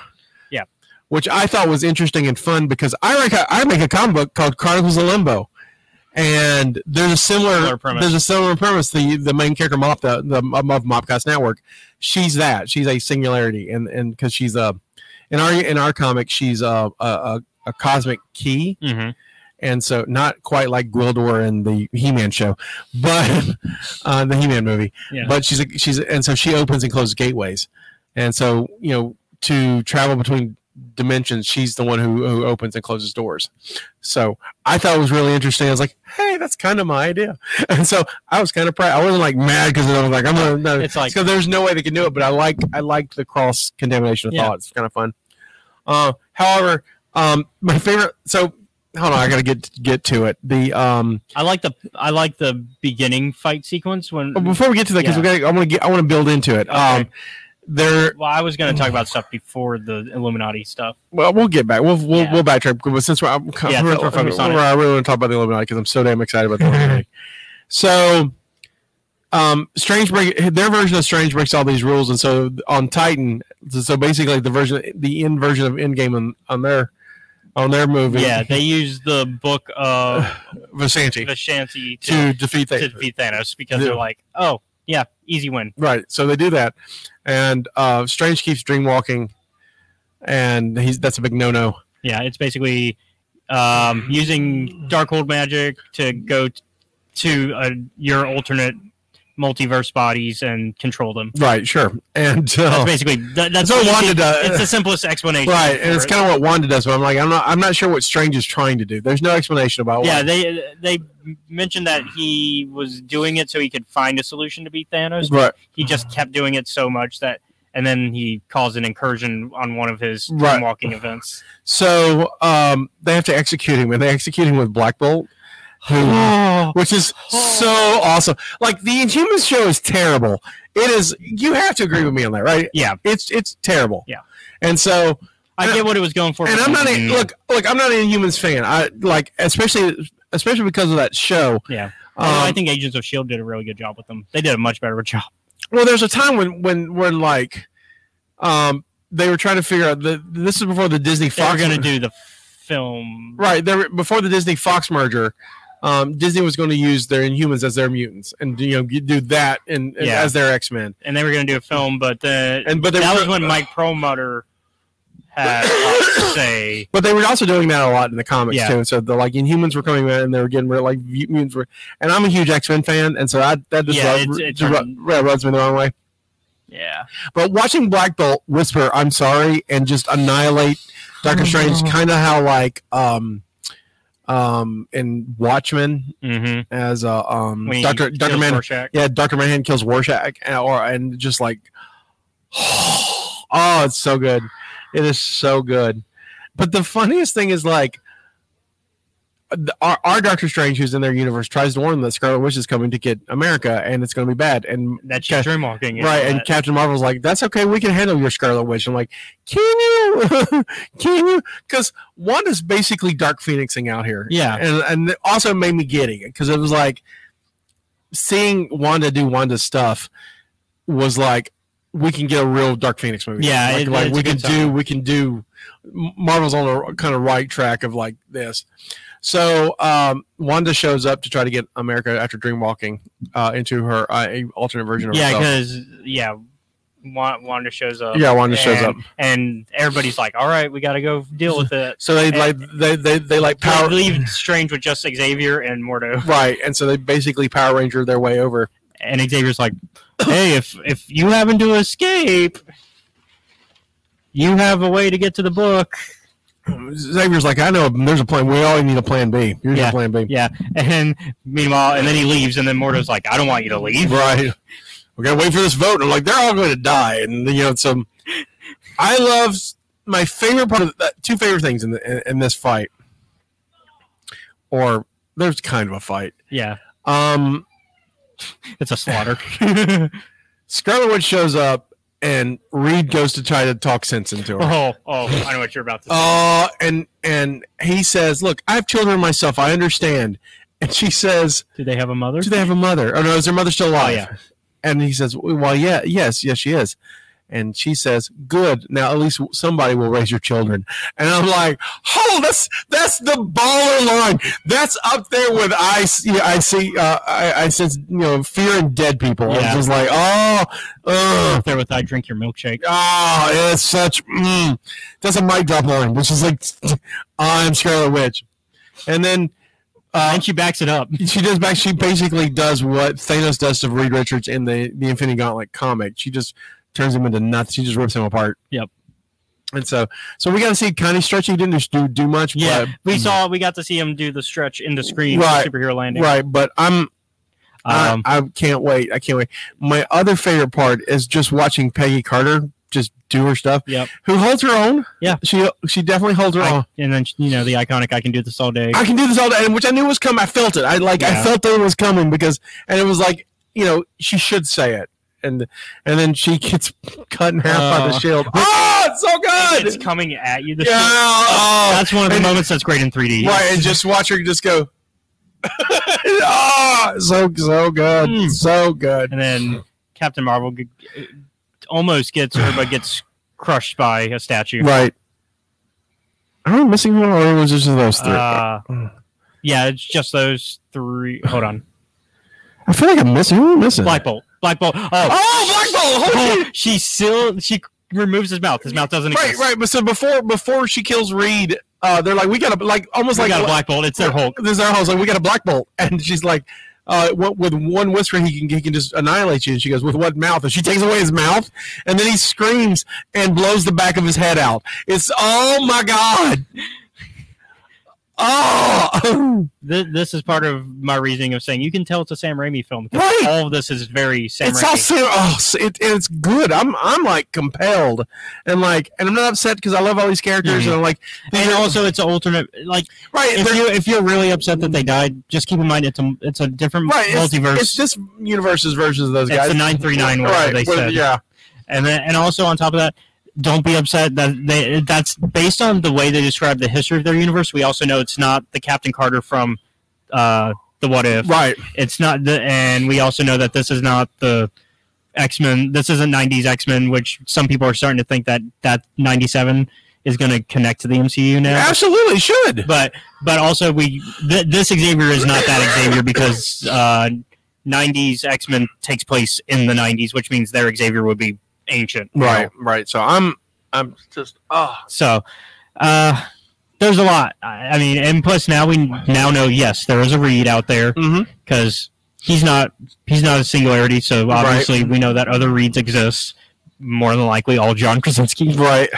[SPEAKER 2] Yeah.
[SPEAKER 1] which I thought was interesting and fun because I like I make a comic book called Chronicles of Limbo, and there's a similar,
[SPEAKER 2] Similar premise.
[SPEAKER 1] there's a similar premise. The the main character Mop the the of Mopcast Network, she's that she's a singularity, and and because she's a in our in our comic she's uh, a a, a, a cosmic key
[SPEAKER 2] Mhm.
[SPEAKER 1] and so not quite like Gwildor in the He-Man show, but uh, the He-Man movie.
[SPEAKER 2] Yeah.
[SPEAKER 1] But she's a, she's a- and so she opens and closes gateways, and so you know to travel between dimensions, she's the one who, who opens and closes doors. So I thought it was really interesting. I was like, hey, that's kind of my idea. And so I was kind of proud. I wasn't like mad because I was like, I'm gonna no,
[SPEAKER 2] It's like-
[SPEAKER 1] because there's no way they can do it. But I like I liked the cross contamination of
[SPEAKER 2] Yeah.
[SPEAKER 1] thought. It's kind of fun. Uh, however, um, my favorite. So hold on, I gotta get get to it. The um,
[SPEAKER 2] I like the I like the beginning fight sequence when.
[SPEAKER 1] but before we get to that, because we gotta, I want to get I want to build into it. Um,
[SPEAKER 2] Okay.
[SPEAKER 1] there.
[SPEAKER 2] Well, I was going to talk about stuff before the Illuminati stuff.
[SPEAKER 1] Well, we'll get back. We'll we'll,
[SPEAKER 2] Yeah.
[SPEAKER 1] we'll backtrack. But since we're, I'm,
[SPEAKER 2] Yeah,
[SPEAKER 1] we're,
[SPEAKER 2] since we're focused on it.
[SPEAKER 1] we're- I really want to talk about the Illuminati because I'm so damn excited about the Illuminati. so, um, Strange break their version of Strange breaks all these rules, and so on Titan, so basically the version, the end version of Endgame on, on their on their movie,
[SPEAKER 2] Yeah, they used the book of
[SPEAKER 1] Vishanti
[SPEAKER 2] Vishanti
[SPEAKER 1] to
[SPEAKER 2] to,
[SPEAKER 1] defeat
[SPEAKER 2] to
[SPEAKER 1] Thanos.
[SPEAKER 2] defeat Thanos because
[SPEAKER 1] Yeah.
[SPEAKER 2] they're like, oh yeah, easy win.
[SPEAKER 1] Right. So they do that, and uh, Strange keeps dreamwalking, and he's that's a big no no.
[SPEAKER 2] Yeah, it's basically um, using Darkhold magic to go t- to uh, your alternate multiverse bodies and control them.
[SPEAKER 1] Right. Sure. And
[SPEAKER 2] That's
[SPEAKER 1] uh,
[SPEAKER 2] basically that, that's
[SPEAKER 1] So
[SPEAKER 2] the easy-
[SPEAKER 1] Wanda does-
[SPEAKER 2] It's the simplest explanation.
[SPEAKER 1] right, and
[SPEAKER 2] for
[SPEAKER 1] it's
[SPEAKER 2] it.
[SPEAKER 1] kind of what Wanda does. But I'm like, I'm not, I'm not sure what Strange is trying to do. There's no explanation about.
[SPEAKER 2] yeah.
[SPEAKER 1] Wanda.
[SPEAKER 2] They they mentioned that he was doing it so he could find a solution to beat Thanos.
[SPEAKER 1] Right.
[SPEAKER 2] He just kept doing it so much that. And then he caused an incursion on one of his
[SPEAKER 1] Right.
[SPEAKER 2] walking events.
[SPEAKER 1] So um, they have to execute him, and they execute him with Black Bolt, who, which is so awesome. Like the Inhumans show is terrible. It is. You have to agree with me on that, right?
[SPEAKER 2] Yeah.
[SPEAKER 1] It's it's terrible.
[SPEAKER 2] Yeah.
[SPEAKER 1] And so
[SPEAKER 2] I get what it was going for.
[SPEAKER 1] and
[SPEAKER 2] but
[SPEAKER 1] I'm not a
[SPEAKER 2] didn't.
[SPEAKER 1] look look I'm not a Inhumans fan. I like especially especially because of that show.
[SPEAKER 2] Yeah. Although I
[SPEAKER 1] Um,
[SPEAKER 2] think Agents of Shield did a really good job with them. They did a much better job.
[SPEAKER 1] well, there's a time when when when like um they were trying to figure out the this is before the Disney
[SPEAKER 2] They
[SPEAKER 1] Fox
[SPEAKER 2] were going to do the film.
[SPEAKER 1] right there were- before the Disney Fox merger. Um, Disney was going to use their Inhumans as their mutants, and you know you do that and, and
[SPEAKER 2] Yeah.
[SPEAKER 1] as their X Men.
[SPEAKER 2] And they were going to do a film, but the,
[SPEAKER 1] And but they
[SPEAKER 2] that
[SPEAKER 1] were,
[SPEAKER 2] was when Mike Perlmutter had lots to say.
[SPEAKER 1] But they were also doing that a lot in the comics
[SPEAKER 2] Yeah.
[SPEAKER 1] too. And so the like Inhumans were coming in and they were getting rid of like mutants were. And I'm a huge X Men fan, and so I, that just
[SPEAKER 2] Yeah,
[SPEAKER 1] rub-
[SPEAKER 2] it's- it's
[SPEAKER 1] ru-
[SPEAKER 2] un-
[SPEAKER 1] ru- rubs me the wrong way.
[SPEAKER 2] Yeah.
[SPEAKER 1] But watching Black Bolt whisper "I'm sorry" and just annihilate Doctor Strange, kind of how like um um in Watchmen
[SPEAKER 2] Mm-hmm.
[SPEAKER 1] as uh, um Doctor Doctor Man yeah Doctor Manhattan kills Rorschach and, or and just like oh it's so good it is so good but the funniest thing is like the- our, our Doctor Strange who's in their universe tries to warn them that Scarlet Witch is coming to get America and it's going to be bad and
[SPEAKER 2] That's
[SPEAKER 1] Ca-
[SPEAKER 2] just dreamwalking. you know
[SPEAKER 1] right and
[SPEAKER 2] that.
[SPEAKER 1] Captain Marvel's like that's okay we can handle your Scarlet Witch I'm like can you can you because Wanda's basically Dark Phoenixing out here
[SPEAKER 2] yeah.
[SPEAKER 1] and and it also made me giddy because it was like seeing Wanda do Wanda stuff was like we can get a real Dark Phoenix movie.
[SPEAKER 2] Yeah,
[SPEAKER 1] like,
[SPEAKER 2] it-
[SPEAKER 1] like
[SPEAKER 2] it's
[SPEAKER 1] we
[SPEAKER 2] a
[SPEAKER 1] can
[SPEAKER 2] good
[SPEAKER 1] do we can do. Marvel's on a kind of right track of like this. So um, Wanda shows up to try to get America after dreamwalking uh, into her uh, a alternate version of
[SPEAKER 2] Yeah,
[SPEAKER 1] herself.
[SPEAKER 2] because, yeah, Wa- Wanda shows up.
[SPEAKER 1] Yeah, Wanda shows
[SPEAKER 2] and-
[SPEAKER 1] up.
[SPEAKER 2] And everybody's like, all right, we got to go deal with it.
[SPEAKER 1] So they like they, they they like
[SPEAKER 2] Power-
[SPEAKER 1] power
[SPEAKER 2] leave Strange with just Xavier and Mordo.
[SPEAKER 1] right, and so they basically Power Ranger their way over.
[SPEAKER 2] and Xavier's like, "Hey, if if you happen to escape, you have a way to get to the book."
[SPEAKER 1] Xavier's like, I know there's a plan. We all need a plan B. Here's
[SPEAKER 2] Yeah.
[SPEAKER 1] your plan B.
[SPEAKER 2] Yeah, and meanwhile, and then he leaves, and then Mordo's like, "I don't want you to leave."
[SPEAKER 1] Right. We gotta wait for this vote. And I'm like, they're all going to die. And you know, some. I love my favorite part of the, two favorite things in, the, in, in this fight, or there's kind of a fight.
[SPEAKER 2] Yeah,
[SPEAKER 1] Um,
[SPEAKER 2] it's a slaughter.
[SPEAKER 1] Scarlet Witch shows up, and Reed goes to try to talk sense into her.
[SPEAKER 2] oh, oh, I know what you're about to. say.
[SPEAKER 1] Uh, and and he says, "Look, I have children myself. I understand." And she says,
[SPEAKER 2] Do they have a mother?
[SPEAKER 1] Do they have a mother? Oh no, is their mother still alive?
[SPEAKER 2] yeah.
[SPEAKER 1] And he says, "Well, yeah, yes, yes, she is." And she says, "Good. Now at least somebody will raise your children." And I'm like, "Oh, that's that's the baller line. That's up there with I see, I see, uh, I, I sense you know fear in dead people."
[SPEAKER 2] Yeah.
[SPEAKER 1] I'm just like, "Oh, ugh.
[SPEAKER 2] Up there with I drink your milkshake.
[SPEAKER 1] Oh, it's such mm, that's a mic drop line, which is like I'm Scarlet Witch." And then uh,
[SPEAKER 2] and she backs it up.
[SPEAKER 1] she does back. She basically does what Thanos does to Reed Richards in the the Infinity Gauntlet comic. She just turns him into nuts. She just rips him apart.
[SPEAKER 2] Yep.
[SPEAKER 1] And so, so we got to see Connie Stretchy didn't just do do much.
[SPEAKER 2] Yeah,
[SPEAKER 1] but-
[SPEAKER 2] we saw we got to see him do the stretch in the screen for
[SPEAKER 1] Mm-hmm. Right,
[SPEAKER 2] superhero landing.
[SPEAKER 1] right, but I'm
[SPEAKER 2] Um,
[SPEAKER 1] I, I can't wait. I can't wait. My other favorite part is just watching Peggy Carter just do her stuff.
[SPEAKER 2] Yep.
[SPEAKER 1] Who holds her own?
[SPEAKER 2] Yeah.
[SPEAKER 1] She she definitely holds her
[SPEAKER 2] I-
[SPEAKER 1] own.
[SPEAKER 2] and then you know the iconic "I can do this all day."
[SPEAKER 1] I can do this all day, and which I knew was coming. I felt it. I like I
[SPEAKER 2] Yeah.
[SPEAKER 1] felt it was coming because, and it was like you know she should say it, and and then she gets cut in half by the
[SPEAKER 2] Oh.
[SPEAKER 1] shield. Oh, it's so
[SPEAKER 2] it's
[SPEAKER 1] good.
[SPEAKER 2] coming at you. The
[SPEAKER 1] yeah.
[SPEAKER 2] shit-
[SPEAKER 1] Oh.
[SPEAKER 2] that's one of the
[SPEAKER 1] And-
[SPEAKER 2] moments that's great in 3D.
[SPEAKER 1] Right, and just watch her just go. oh, so so good,
[SPEAKER 2] Mm.
[SPEAKER 1] so good.
[SPEAKER 2] And then Captain Marvel g- g- almost gets her, but gets crushed by a statue.
[SPEAKER 1] Right. Am I missing one, or was it just those three?
[SPEAKER 2] Uh, yeah, it's just those three. Hold on,
[SPEAKER 1] I feel like I'm missing. Who am I missing?
[SPEAKER 2] Black Bolt. Black Bolt. Oh,
[SPEAKER 1] oh, Black Bolt! Holy shit.
[SPEAKER 2] she still she removes his mouth. His mouth doesn't
[SPEAKER 1] Right,
[SPEAKER 2] exist.
[SPEAKER 1] right. But so before before she kills Reed, uh, they're like, we got a like almost
[SPEAKER 2] We
[SPEAKER 1] like
[SPEAKER 2] got a Black Bolt. It's their Hulk.
[SPEAKER 1] This is our house. Like we got a Black Bolt, and she's like, uh, what, with one whisper he can he can just annihilate you. And she goes, with what mouth? And she takes away his mouth, and then he screams and blows the back of his head out. It's oh my god. Oh.
[SPEAKER 2] Th- this is part of my reasoning of saying you can tell it's a Sam Raimi film. 'cause
[SPEAKER 1] Right.
[SPEAKER 2] All of this is very Sam
[SPEAKER 1] it's
[SPEAKER 2] Raimi.
[SPEAKER 1] all ser- oh, s- it, it's good. I'm I'm like compelled and like and I'm not upset because I love all these characters
[SPEAKER 2] Mm-hmm.
[SPEAKER 1] and I'm like
[SPEAKER 2] and also, it's an alternate. Like
[SPEAKER 1] right
[SPEAKER 2] if
[SPEAKER 1] they're-
[SPEAKER 2] you if you're really upset that they died, just keep in mind it's a it's a different
[SPEAKER 1] right it's,
[SPEAKER 2] multiverse.
[SPEAKER 1] It's just universes versions of those
[SPEAKER 2] It's
[SPEAKER 1] guys.
[SPEAKER 2] the 939 whatever
[SPEAKER 1] right?
[SPEAKER 2] they
[SPEAKER 1] where-
[SPEAKER 2] said.
[SPEAKER 1] Yeah,
[SPEAKER 2] And then, and also on top of that, don't be upset that they that's based on the way they describe the history of their universe. We also know it's not the Captain Carter from uh, the What If.
[SPEAKER 1] right.
[SPEAKER 2] It's not the, and we also know that this is not the X Men. This isn't '90s X Men, which some people are starting to think that that '97 is going to connect to the MCU now.
[SPEAKER 1] Absolutely should.
[SPEAKER 2] But but also we th- this Xavier is not that Xavier because uh, '90s X Men takes place in the '90s, which means their Xavier would be ancient, you know?
[SPEAKER 1] Right, right. So I'm I'm just ah.
[SPEAKER 2] So, uh, there's a lot. I I mean, and plus now we now know yes, there is a read out there
[SPEAKER 1] Mm-hmm.
[SPEAKER 2] because he's not he's not a singularity. So
[SPEAKER 1] Right.
[SPEAKER 2] obviously we know that other reads exist. More than likely, all John Krasinski. Uh,
[SPEAKER 1] Right.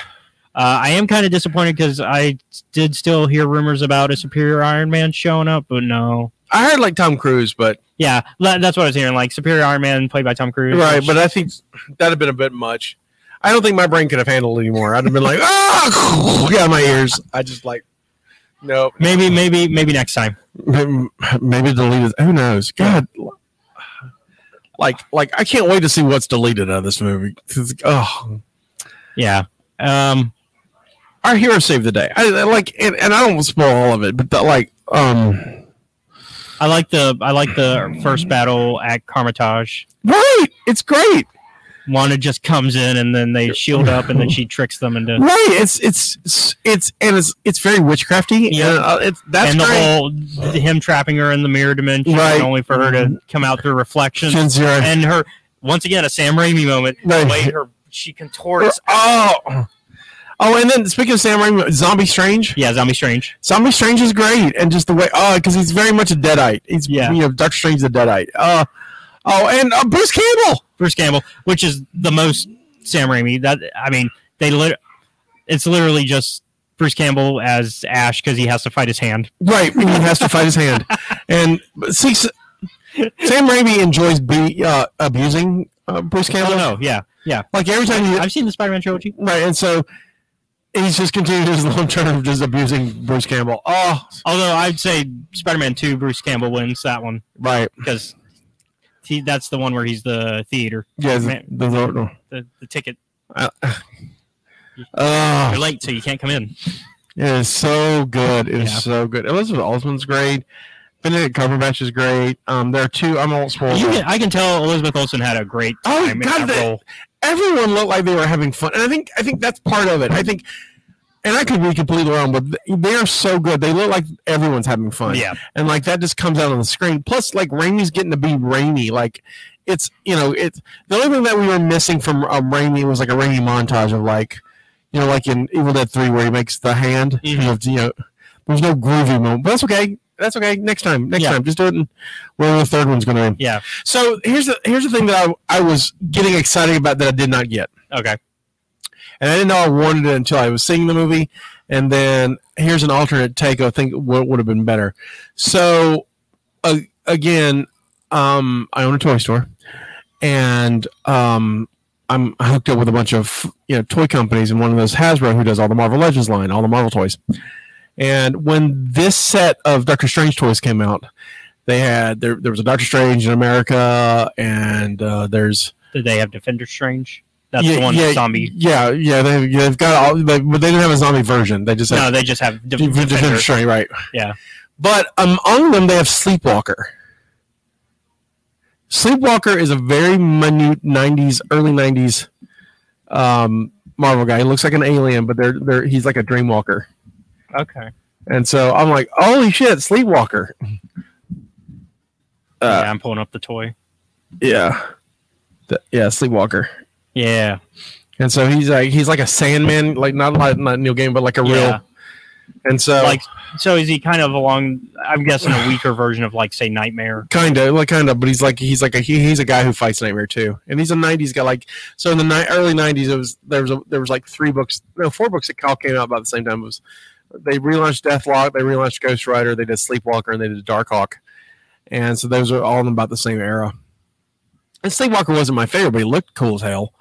[SPEAKER 2] I am kind of disappointed because I did still hear rumors about a Superior Iron Man showing up, but no.
[SPEAKER 1] I heard like Tom Cruise, but
[SPEAKER 2] Yeah, la- that's what I was hearing. Like Superior Iron Man played by Tom Cruise.
[SPEAKER 1] right.
[SPEAKER 2] which-
[SPEAKER 1] But uh, I think that'd have been a bit much. I don't think my brain could have handled it anymore. I'd have been like ah, yeah, my ears. I just like nope.
[SPEAKER 2] maybe maybe maybe next time.
[SPEAKER 1] maybe, maybe deleted. Who knows? God, like, like I can't wait to see what's deleted out of this movie. 'Cause, Oh,
[SPEAKER 2] Yeah. Um.
[SPEAKER 1] our hero saved the day. I, I like, and, and I don't want to spoil all of it, but the, like, um,
[SPEAKER 2] I like the I like the first battle at Carmitage.
[SPEAKER 1] right? It's great,
[SPEAKER 2] Wanda just comes in and then they shield up and then she tricks them into
[SPEAKER 1] right? It's it's it's, it's and it's it's very witchcrafty.
[SPEAKER 2] Yeah.
[SPEAKER 1] and, uh, it's that's
[SPEAKER 2] and the
[SPEAKER 1] great.
[SPEAKER 2] whole him trapping her in the mirror dimension
[SPEAKER 1] Right.
[SPEAKER 2] and only for her to come out through reflection
[SPEAKER 1] Shin Zero.
[SPEAKER 2] and her once again a Sam Raimi moment.
[SPEAKER 1] Right.
[SPEAKER 2] The way her she contorts.
[SPEAKER 1] oh, oh, and then speaking of Sam Raimi, Zombie Strange.
[SPEAKER 2] Yeah, Zombie Strange.
[SPEAKER 1] Zombie Strange is great, and just the way, oh, because he's very much a deadite. He's,
[SPEAKER 2] Yeah.
[SPEAKER 1] you know, Doctor Strange's a deadite. Uh, oh, and uh, Bruce Campbell.
[SPEAKER 2] Bruce Campbell, which is the most Sam Raimi. That I mean, they lit. It's literally just Bruce Campbell as Ash because he has to fight his hand.
[SPEAKER 1] Right, he has to fight his hand, and but see, S- Sam Raimi enjoys be, uh, abusing uh, Bruce
[SPEAKER 2] Oh
[SPEAKER 1] Campbell.
[SPEAKER 2] no, yeah, yeah.
[SPEAKER 1] Like every time he,
[SPEAKER 2] I've seen the Spider-Man trilogy.
[SPEAKER 1] right, and so he's just continuing his long term of just abusing Bruce Campbell. Oh,
[SPEAKER 2] Although I'd say Spider-Man Two, Bruce Campbell wins that one.
[SPEAKER 1] right,
[SPEAKER 2] because he, that's the one where he's the theater,
[SPEAKER 1] yeah, the,
[SPEAKER 2] Man.
[SPEAKER 1] the Lord. no.
[SPEAKER 2] the, the ticket.
[SPEAKER 1] Uh,
[SPEAKER 2] You're
[SPEAKER 1] oh,
[SPEAKER 2] late, so you can't come in.
[SPEAKER 1] it is so good. It is
[SPEAKER 2] Yeah.
[SPEAKER 1] so good. Elizabeth Olsen's great. Benedict Cumberbatch is great. Um, there are two. I'm not spoil.
[SPEAKER 2] You
[SPEAKER 1] them.
[SPEAKER 2] can, I can tell Elizabeth Olsen had a great
[SPEAKER 1] Oh,
[SPEAKER 2] time
[SPEAKER 1] God,
[SPEAKER 2] in that
[SPEAKER 1] the-
[SPEAKER 2] role.
[SPEAKER 1] everyone looked like they were having fun, and I think I think that's part of it. I think, and I could be completely wrong, but th- they are so good. They look like everyone's having fun,
[SPEAKER 2] Yeah,
[SPEAKER 1] and like that just comes out on the screen. Plus, like Rainey's getting to be Rainey. Like it's you know it's the only thing that we were missing from um, Rainey was like a Rainey montage of like you know like in Evil Dead Three where he makes the hand.
[SPEAKER 2] Mhm.
[SPEAKER 1] of, You know, there's no groovy moment, but that's okay. That's okay. Next time, next
[SPEAKER 2] Yeah.
[SPEAKER 1] time, just do it. In, where the third one's going to be.
[SPEAKER 2] yeah.
[SPEAKER 1] So here's the here's the thing that I, I was getting excited about that I did not get
[SPEAKER 2] Okay.
[SPEAKER 1] and I didn't know I wanted it until I was seeing the movie. And then here's an alternate take. I think what would have been better. So uh, again, um, I own a toy store, and um, I'm hooked up with a bunch of you know toy companies, and one of those Hasbro who does all the Marvel Legends line, all the Marvel toys. And when this set of Doctor Strange toys came out, they had there there was a Doctor Strange in America, and uh, there's
[SPEAKER 2] Did they have Defender Strange? That's
[SPEAKER 1] yeah,
[SPEAKER 2] the one
[SPEAKER 1] yeah,
[SPEAKER 2] zombie.
[SPEAKER 1] Yeah, yeah, they, yeah, they've got all, they, but they didn't have a zombie version. They just had
[SPEAKER 2] No, they just have De-
[SPEAKER 1] Def- Defender,
[SPEAKER 2] Defender.
[SPEAKER 1] Strange, right?
[SPEAKER 2] Yeah.
[SPEAKER 1] But among them, they have Sleepwalker. Sleepwalker is a very minute '90s, early '90s um, Marvel guy. He looks like an alien, but they're, they're he's like a dreamwalker.
[SPEAKER 2] Okay.
[SPEAKER 1] And so I'm like, holy shit, Sleepwalker. Uh,
[SPEAKER 2] yeah, I'm pulling up the toy.
[SPEAKER 1] yeah, Th- yeah, Sleepwalker.
[SPEAKER 2] Yeah.
[SPEAKER 1] And so he's like he's like a Sandman, like not like not Neil Gaiman, but like a real.
[SPEAKER 2] Yeah.
[SPEAKER 1] And so
[SPEAKER 2] Like so is he kind of along I'm guessing a weaker version of like say Nightmare.
[SPEAKER 1] kind of like kind of but he's like he's like a he, he's a guy who fights nightmare too and he's a 90s guy like so in the ni- early 90s it was there was a, there was like three books no four books that Cal came out about the same time it was they relaunched deathlock they relaunched ghost rider they did sleepwalker and they did darkhawk and so those are all in about the same era and sleepwalker wasn't my favorite but he looked cool as hell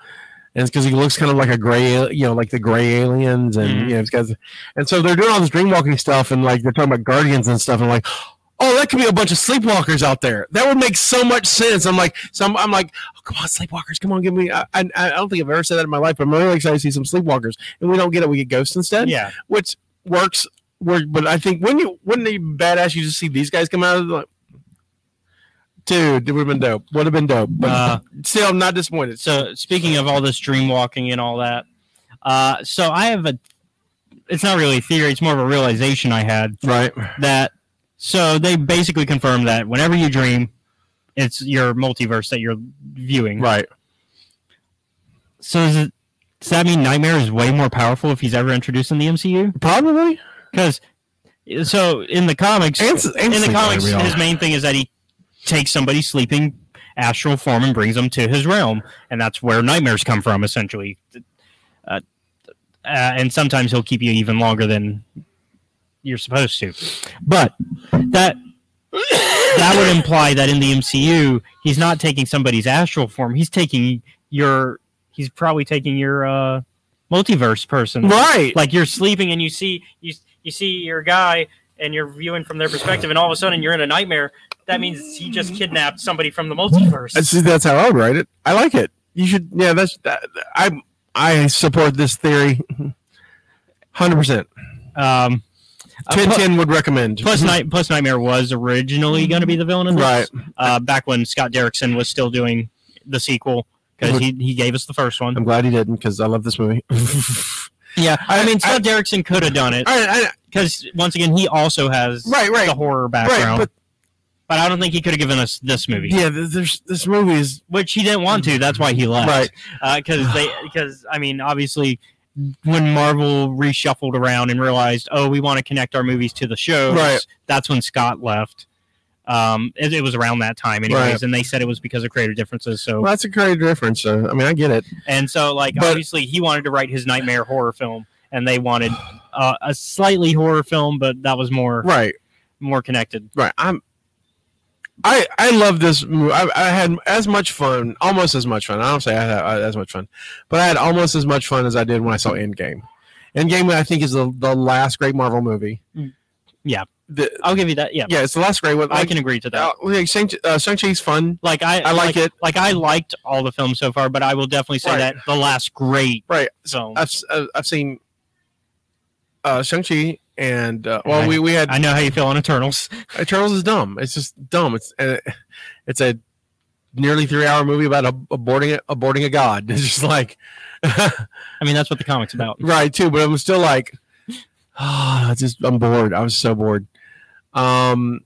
[SPEAKER 1] and it's because he looks kind of like a gray, al- you know, like the gray aliens, and
[SPEAKER 2] Mhm.
[SPEAKER 1] you know, it's got, and so they're doing all this dreamwalking stuff, and like they're talking about guardians and stuff, and like, oh, that could be a bunch of sleepwalkers out there. That would make so much sense. I'm like, so I'm, I'm like, oh, come on, sleepwalkers, come on, give me. I, I, I don't think I've ever said that in my life, but I'm really excited to see some sleepwalkers, and we don't get it. We get ghosts instead,
[SPEAKER 2] Yeah.
[SPEAKER 1] which works. Work, but I think when you wouldn't it be badass you just see these guys come out of the, like, dude, it would have been dope. Would have been dope, but
[SPEAKER 2] Uh,
[SPEAKER 1] still, I'm not disappointed.
[SPEAKER 2] so speaking of all this dream walking and all that, uh, so I have a. It's not really a theory. It's more of a realization I had
[SPEAKER 1] Right.
[SPEAKER 2] that. So they basically confirmed that whenever you dream, it's your multiverse that you're viewing.
[SPEAKER 1] Right.
[SPEAKER 2] So is it, does that mean Nightmare is way more powerful if he's ever introduced in the MCU?
[SPEAKER 1] Probably.
[SPEAKER 2] Because so in the comics,
[SPEAKER 1] And, and
[SPEAKER 2] in the
[SPEAKER 1] Sleepwalker,
[SPEAKER 2] comics,
[SPEAKER 1] we all-
[SPEAKER 2] his main thing is that he takes somebody sleeping astral form and brings them to his realm, and that's where nightmares come from, essentially. Uh, uh, and sometimes he'll keep you even longer than you're supposed to. But that that would imply that in the MCU, he's not taking somebody's astral form. He's taking your. He's probably taking your uh, multiverse person
[SPEAKER 1] right.
[SPEAKER 2] like you're sleeping and you see you you see your guy and you're viewing from their perspective and all of a sudden you're in a nightmare that means he just kidnapped somebody from the
[SPEAKER 1] I
[SPEAKER 2] multiverse
[SPEAKER 1] see. That's how I would write it. I like it. You should. Yeah. That's. That, I. I support this theory. Hundred percent.
[SPEAKER 2] um uh,
[SPEAKER 1] Ten
[SPEAKER 2] plu-
[SPEAKER 1] ten would recommend.
[SPEAKER 2] plus night plus nightmare was originally going to be the villain in this,
[SPEAKER 1] Right.
[SPEAKER 2] uh back when scott derrickson was still doing the sequel because he, he gave us the first one
[SPEAKER 1] I'm glad he didn't because I love this movie.
[SPEAKER 2] yeah i,
[SPEAKER 1] I-
[SPEAKER 2] mean scott derrickson could have done it
[SPEAKER 1] I, I,
[SPEAKER 2] because once again he also has
[SPEAKER 1] right.
[SPEAKER 2] the
[SPEAKER 1] Right.
[SPEAKER 2] horror
[SPEAKER 1] Right.
[SPEAKER 2] background
[SPEAKER 1] But
[SPEAKER 2] but, i don't think he could have given us this movie
[SPEAKER 1] yeah, th- there's this movie is
[SPEAKER 2] which he didn't want to. That's why he
[SPEAKER 1] Right.
[SPEAKER 2] left. Right. Because they, because I mean, obviously, when Marvel reshuffled around and realized, oh, we want to connect our movies to the shows.
[SPEAKER 1] Right.
[SPEAKER 2] That's when Scott left. Um, it, it was around that time, anyways,
[SPEAKER 1] Right.
[SPEAKER 2] and they said it was because of creative differences. So,
[SPEAKER 1] well, that's a great difference. So I mean, I get it.
[SPEAKER 2] and so, like,
[SPEAKER 1] But-
[SPEAKER 2] obviously, he wanted to write his nightmare horror film, and they wanted uh, a slightly horror film, but that was more
[SPEAKER 1] Right.
[SPEAKER 2] more connected.
[SPEAKER 1] Right. I'm. I I love this movie. I, I had as much fun, almost as much fun. I don't say I had uh, as much fun, but I had almost as much fun as I did when I saw Endgame. Endgame, I think, is the, the last great Marvel movie.
[SPEAKER 2] Mm, Yeah.
[SPEAKER 1] The,
[SPEAKER 2] I'll give you that. Yeah,
[SPEAKER 1] yeah, it's the last great one.
[SPEAKER 2] I can agree to that.
[SPEAKER 1] Uh, like Shang uh, Shang Chi's fun.
[SPEAKER 2] like I,
[SPEAKER 1] I like it.
[SPEAKER 2] Like I liked all the films so far, but I will definitely say
[SPEAKER 1] Right.
[SPEAKER 2] that the last great
[SPEAKER 1] Right.
[SPEAKER 2] film.
[SPEAKER 1] I've s- uh, I've seen uh, Shang Chi and uh, well, we we had
[SPEAKER 2] I know how you feel on Eternals.
[SPEAKER 1] Eternals Uh, is dumb. It's just dumb. It's uh, it's a nearly three hour movie about ab- aborting a, aborting a god. It's just like.
[SPEAKER 2] I mean, that's what the comics about.
[SPEAKER 1] right too but i'm still like ah, just i'm bored i was so bored um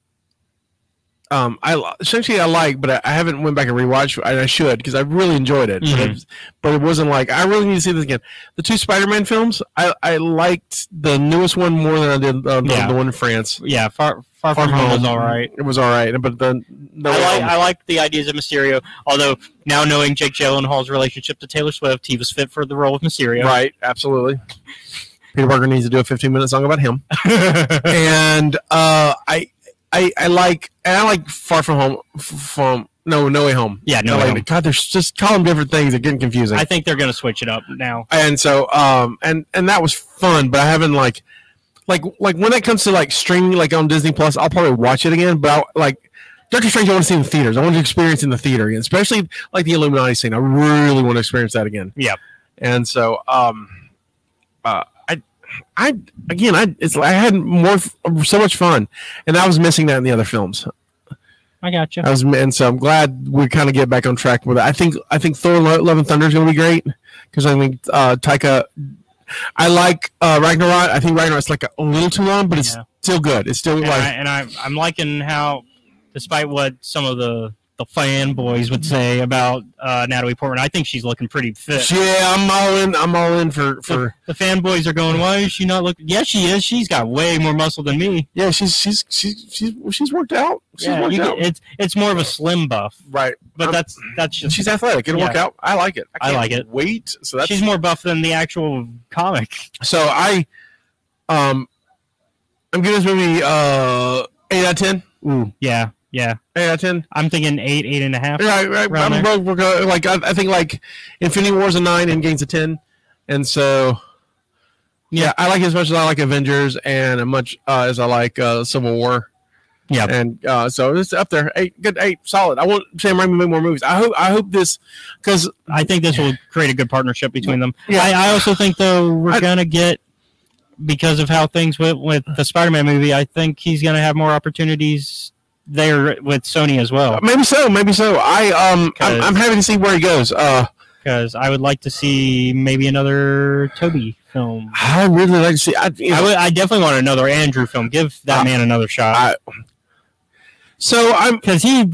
[SPEAKER 1] um, I essentially I like, but I, I haven't went back and rewatched. And I should because I really enjoyed it.
[SPEAKER 2] Mm-hmm.
[SPEAKER 1] But, it but it wasn't like I really need to see this again. The two Spider-Man films, I, I liked the newest one more than I did uh, the,
[SPEAKER 2] Yeah.
[SPEAKER 1] the one in France.
[SPEAKER 2] Yeah, far far, from home was all right.
[SPEAKER 1] It was all right, but the the
[SPEAKER 2] I like, I like the ideas of Mysterio. Although now knowing Jake Gyllenhaal's relationship to Taylor Swift, he was fit for the role of Mysterio.
[SPEAKER 1] right, absolutely. Peter Parker needs to do a 15-minute song about him. and uh, I, I, I like, and I like Far From Home, f- from no, No Way Home.
[SPEAKER 2] yeah, no,
[SPEAKER 1] I
[SPEAKER 2] I,
[SPEAKER 1] like, God, there's just call them different things. They're getting confusing.
[SPEAKER 2] I think they're gonna switch it up now.
[SPEAKER 1] and so, um, and and that was fun, but I haven't like, like, like when that comes to like streaming, like on Disney Plus, I'll probably watch it again. But I, like, Doctor Strange, I want to see in the theaters. I want to experience in the theater, again, especially like the Illuminati scene. I really want to experience that again.
[SPEAKER 2] Yep.
[SPEAKER 1] And so, um, uh, I, I again, I it's I had more f- so much fun, and I was missing that in the other films.
[SPEAKER 2] I got you.
[SPEAKER 1] I was, and so I'm glad we kind of get back on track with it. I think I think Thor: Lo- Love and Thunder is going to be great because I think uh, Taika. I like uh, Ragnarok. I think Ragnarok's like a little too long, but it's
[SPEAKER 2] Yeah.
[SPEAKER 1] still good. It's still
[SPEAKER 2] And, I,
[SPEAKER 1] like
[SPEAKER 2] and I, I'm liking how, despite what some of the the fanboys would say about uh, Natalie Portman, I think she's looking pretty fit.
[SPEAKER 1] yeah. I'm all in. I'm all in for for
[SPEAKER 2] the fanboys are going, why is she not looking? Yeah, she is. She's got way more muscle than me.
[SPEAKER 1] yeah. She's she's she's she's she's worked out. She's
[SPEAKER 2] Yeah,
[SPEAKER 1] worked
[SPEAKER 2] you
[SPEAKER 1] out.
[SPEAKER 2] can- it's it's more of a slim buff,
[SPEAKER 1] right.
[SPEAKER 2] but
[SPEAKER 1] I'm-
[SPEAKER 2] that's that's just
[SPEAKER 1] She's athletic. It'll
[SPEAKER 2] Yeah.
[SPEAKER 1] work out. I like it.
[SPEAKER 2] I
[SPEAKER 1] can't
[SPEAKER 2] like it.
[SPEAKER 1] Wait. So that's
[SPEAKER 2] she's more buff than the actual comic.
[SPEAKER 1] so I um I'm giving this movie uh eight out of ten.
[SPEAKER 2] Yeah, yeah.
[SPEAKER 1] Eight out of ten.
[SPEAKER 2] I'm thinking eight, eight and a half.
[SPEAKER 1] Right, right.
[SPEAKER 2] Around
[SPEAKER 1] I'm broke, broke, uh, like I, I think like Infinity War's a nine and gains a ten, and so yeah, I like it as much as I like Avengers and as much uh, as I like uh, Civil War.
[SPEAKER 2] Yep.
[SPEAKER 1] and uh, so it's up there. Eight, good, eight, solid. I want Sam Raimi to make more movies. I hope, I hope this because
[SPEAKER 2] I think this will create a good partnership between them.
[SPEAKER 1] Yeah.
[SPEAKER 2] I, I also think though we're
[SPEAKER 1] I-
[SPEAKER 2] gonna get because of how things went with the Spider-Man movie. I think he's gonna have more opportunities there with Sony as well.
[SPEAKER 1] maybe so, maybe so. I um, I'm, I'm happy to see where he goes. Uh,
[SPEAKER 2] Because I would like to see maybe another Toby film.
[SPEAKER 1] I really like to see. I, you know,
[SPEAKER 2] I, would, I definitely want another Andrew film. Give that
[SPEAKER 1] Uh,
[SPEAKER 2] man another shot
[SPEAKER 1] I- so I'm.
[SPEAKER 2] because he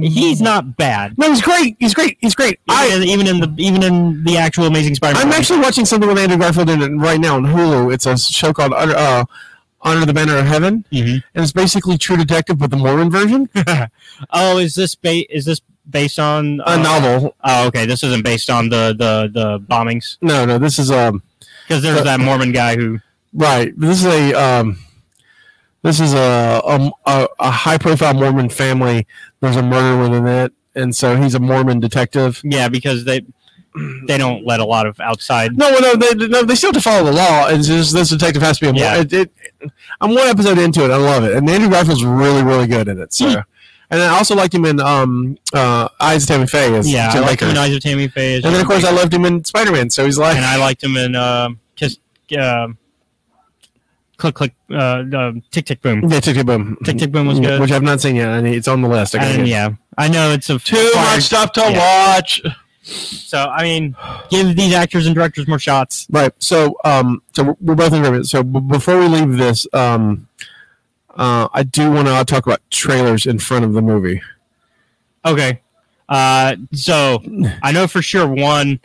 [SPEAKER 2] he's not bad.
[SPEAKER 1] No, he's great. He's great. He's great. I
[SPEAKER 2] Even, even in the even in the actual Amazing Spider-Man,
[SPEAKER 1] I'm actually watching something with Andrew Garfield in it right now on Hulu. It's a show called Under, uh, Under the Banner of Heaven,
[SPEAKER 2] Mhm.
[SPEAKER 1] and it's basically True Detective, but the Mormon version.
[SPEAKER 2] Oh, is this ba- is this based on
[SPEAKER 1] A novel.
[SPEAKER 2] Oh, okay. This isn't based on the the the bombings
[SPEAKER 1] No, no, this is um
[SPEAKER 2] because there's that Mormon guy who.
[SPEAKER 1] right. This is a um, this is a a, a, a high profile Mormon family. There's a murder within it, and so he's a Mormon detective.
[SPEAKER 2] Yeah, because they they don't let a lot of outside.
[SPEAKER 1] No, no, they no, they still have to follow the law. It's just this detective has to be a. Mor-
[SPEAKER 2] Yeah.
[SPEAKER 1] It, it, I'm one episode into it. I love it, and Andrew Garfield's really, really good in it. So,
[SPEAKER 2] Hmm.
[SPEAKER 1] and I also liked him in um, uh, Eyes of Tammy Faye as
[SPEAKER 2] Yeah, I
[SPEAKER 1] Jim
[SPEAKER 2] like him
[SPEAKER 1] Baker.
[SPEAKER 2] in Eyes of Tammy Faye, as
[SPEAKER 1] and then of
[SPEAKER 2] Jim
[SPEAKER 1] course I
[SPEAKER 2] Baker,
[SPEAKER 1] loved him in Spider Man. So he's like,
[SPEAKER 2] and I liked him in um Kiss, um Click Click, uh, uh, Tick Tick Boom.
[SPEAKER 1] yeah, Tick Tick Boom. Mm-hmm.
[SPEAKER 2] Tick Tick Boom was good.
[SPEAKER 1] which I've not seen yet, and it's on the list. I gotta
[SPEAKER 2] And
[SPEAKER 1] get-
[SPEAKER 2] yeah, I know it's a
[SPEAKER 1] Too
[SPEAKER 2] far-
[SPEAKER 1] much stuff to
[SPEAKER 2] yeah.
[SPEAKER 1] watch.
[SPEAKER 2] So I mean, give these actors and directors more shots.
[SPEAKER 1] Right. So, um, so we're- we're both in agreement. So b- before we leave this, um, uh, I do want to talk about trailers in front of the movie.
[SPEAKER 2] Okay. Uh, so I know for sure one.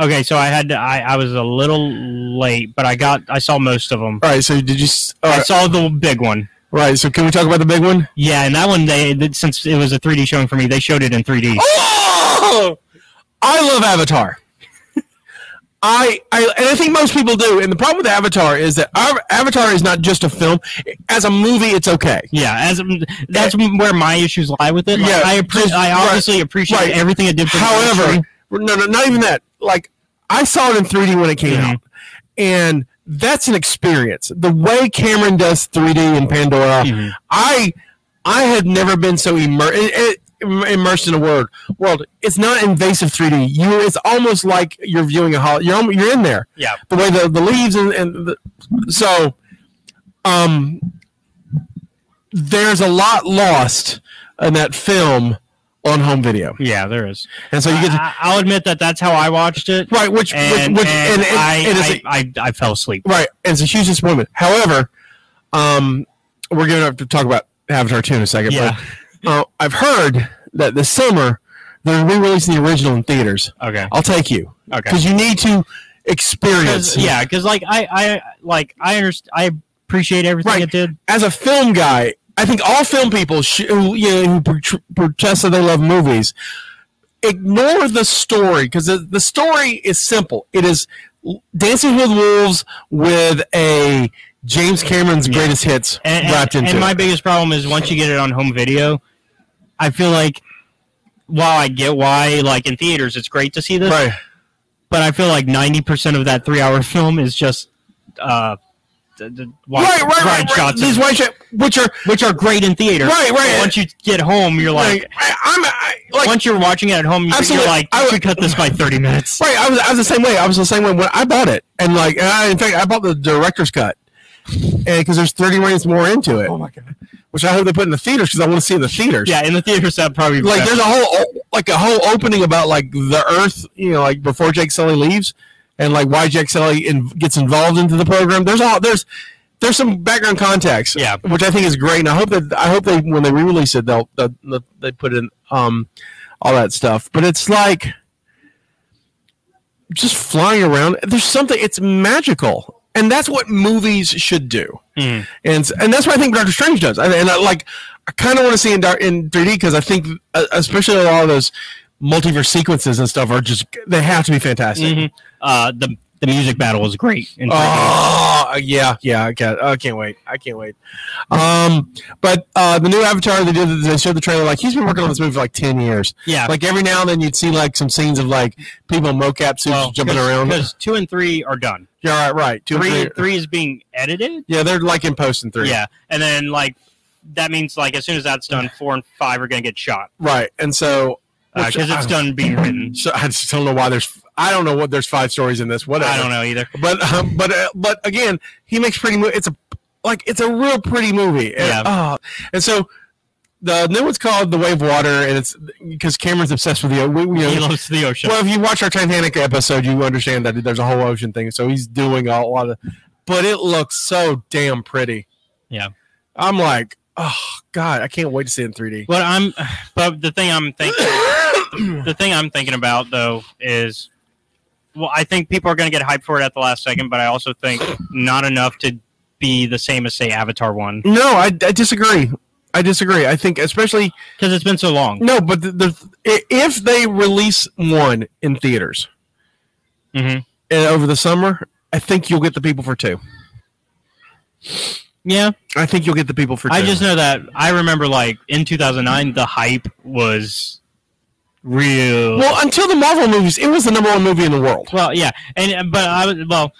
[SPEAKER 2] Okay, so I had to, I I was a little late, but I got I saw most of them.
[SPEAKER 1] All right. So did you? s- all
[SPEAKER 2] I
[SPEAKER 1] right,
[SPEAKER 2] saw the big one.
[SPEAKER 1] right. So can we talk about the big one?
[SPEAKER 2] Yeah, and that one they that- since it was a 3D showing for me, they showed it in 3D.
[SPEAKER 1] Oh! I love Avatar. I, I and I think most people do. And the problem with Avatar is that Av- Avatar is not just a film. As a movie, it's okay.
[SPEAKER 2] Yeah, as that's where my issues lie with it. Like,
[SPEAKER 1] Yeah,
[SPEAKER 2] I appre-
[SPEAKER 1] just-
[SPEAKER 2] I
[SPEAKER 1] right,
[SPEAKER 2] obviously appreciate
[SPEAKER 1] right.
[SPEAKER 2] everything it did. For the
[SPEAKER 1] However,
[SPEAKER 2] industry.
[SPEAKER 1] no, no, not even that. Like I saw it in 3D when it came out, and that's an experience. The way Cameron does 3D in Pandora,
[SPEAKER 2] Mhm.
[SPEAKER 1] I I had never been so immersed. Immersed in a word world, it's not invasive 3D. You, it's almost like you're viewing a hol- you're almo- you're in there.
[SPEAKER 2] yeah,
[SPEAKER 1] the way the, the leaves and, and the, so um there's a lot lost in that film on home video
[SPEAKER 2] yeah, there is.
[SPEAKER 1] and so you get to,
[SPEAKER 2] I, I'll admit that that's how I watched it.
[SPEAKER 1] right which
[SPEAKER 2] and,
[SPEAKER 1] which, which
[SPEAKER 2] and,
[SPEAKER 1] and, and,
[SPEAKER 2] I,
[SPEAKER 1] and it's a-
[SPEAKER 2] I, I, I fell asleep.
[SPEAKER 1] right and it's a huge disappointment however um we're gonna have to talk about Avatar two in a second.
[SPEAKER 2] yeah.
[SPEAKER 1] But uh, I've heard that this summer they're re-releasing the original in theaters.
[SPEAKER 2] Okay.
[SPEAKER 1] I'll take you
[SPEAKER 2] Okay.
[SPEAKER 1] because you need to experience.
[SPEAKER 2] Cause, yeah, because like I, I, like I understand. I appreciate everything
[SPEAKER 1] Right.
[SPEAKER 2] it did.
[SPEAKER 1] as a film guy, I think all film people sh- who, you know, who pro- protest that they love movies ignore the story because the, the story is simple. It is l- Dancing with Wolves with a James Cameron's
[SPEAKER 2] Yeah.
[SPEAKER 1] greatest hits
[SPEAKER 2] And, and-
[SPEAKER 1] wrapped into
[SPEAKER 2] and my
[SPEAKER 1] it.
[SPEAKER 2] biggest problem is once you get it on home video, I feel like while I get why, like in theaters, it's great to see this,
[SPEAKER 1] Right.
[SPEAKER 2] but I feel like ninety percent of that three-hour film is just uh, d- d- wide,
[SPEAKER 1] right, right,
[SPEAKER 2] wide
[SPEAKER 1] right, right.
[SPEAKER 2] shots,
[SPEAKER 1] These white shots, which are
[SPEAKER 2] which are great in theater.
[SPEAKER 1] Right, right.
[SPEAKER 2] But once you get home, you're like,
[SPEAKER 1] like, I, I'm I, like
[SPEAKER 2] once you're watching it at home, you, you're
[SPEAKER 1] Absolutely.
[SPEAKER 2] like,
[SPEAKER 1] I
[SPEAKER 2] I
[SPEAKER 1] would-
[SPEAKER 2] should cut this by thirty minutes.
[SPEAKER 1] Right, I was, I was the same way. I was the same way when I bought it, and like, and I, in fact, I bought the director's cut, and because there's 30 minutes more into it. Oh my god! Which I hope they put in the theaters because I want to see it in the theaters.
[SPEAKER 2] Yeah, in the theaters, that probably
[SPEAKER 1] like there's a whole o- like a whole opening about like the Earth, you know, like before Jake Sully leaves, and like why Jake Sully in, gets involved into the program. There's all there's there's some background context,
[SPEAKER 2] Yeah.
[SPEAKER 1] which I think is great, and I hope that I hope they when they re-release it they'll, they'll, they'll they put in um all that stuff. But it's like just flying around. There's something. It's magical, and that's what movies should do
[SPEAKER 2] Mm.
[SPEAKER 1] and and that's what I think Doctor Strange does. And, and I, like, I kind of want to see in dar- in 3D because I think, uh, especially a lot of those multiverse sequences and stuff are just they have to be fantastic.
[SPEAKER 2] Mhm. Uh, the the music battle was great. in 3D.
[SPEAKER 1] Mm-hmm. Oh yeah, yeah, I can't, I can't wait, I can't wait. Um, but uh, the new Avatar they did, they showed the trailer. Like he's been working on this movie for like ten years.
[SPEAKER 2] yeah,
[SPEAKER 1] Like every now and then you'd see like some scenes of like people in mocap suits jumping around.
[SPEAKER 2] because two and three are done.
[SPEAKER 1] Yeah, right, right. Two, or
[SPEAKER 2] Three,
[SPEAKER 1] three,
[SPEAKER 2] three is being edited.
[SPEAKER 1] Yeah, they're like in post and three.
[SPEAKER 2] Yeah, and then like that means like as soon as that's done, four and five are gonna get shot
[SPEAKER 1] right. And so
[SPEAKER 2] because
[SPEAKER 1] Which
[SPEAKER 2] Uh, it's
[SPEAKER 1] I-
[SPEAKER 2] done being written.
[SPEAKER 1] So I just don't know why there's. I don't know what there's five stories in this. Whatever.
[SPEAKER 2] I don't know either.
[SPEAKER 1] But um, but uh, but again, he makes pretty. Mo- it's a like it's a real pretty movie. And,
[SPEAKER 2] Yeah.
[SPEAKER 1] ah, and so the new one's called The Wave Water, and it's because Cameron's obsessed with the. We, we,
[SPEAKER 2] He loves the ocean.
[SPEAKER 1] well, if you watch our Titanic episode, you understand that there's a whole ocean thing. So he's doing a lot of, but it looks so damn pretty.
[SPEAKER 2] Yeah.
[SPEAKER 1] I'm like, oh god, I can't wait to see it in 3D.
[SPEAKER 2] but I'm, but the thing I'm thinking, the thing I'm thinking about though is, well, I think people are gonna get hyped for it at the last second, but I also think not enough to be the same as say Avatar one
[SPEAKER 1] No, I, I disagree. I disagree. I think especially
[SPEAKER 2] because it's been so long.
[SPEAKER 1] No, but the, the, i- if they release one in theaters
[SPEAKER 2] Mm-hmm.
[SPEAKER 1] uh, over the summer, I think you'll get the people for two.
[SPEAKER 2] Yeah,
[SPEAKER 1] I think you'll get the people for two.
[SPEAKER 2] I just know that I remember like in 2009 the hype was real. Well,
[SPEAKER 1] well until the Marvel movies, it was the number one movie in the world.
[SPEAKER 2] yeah, and but I was well,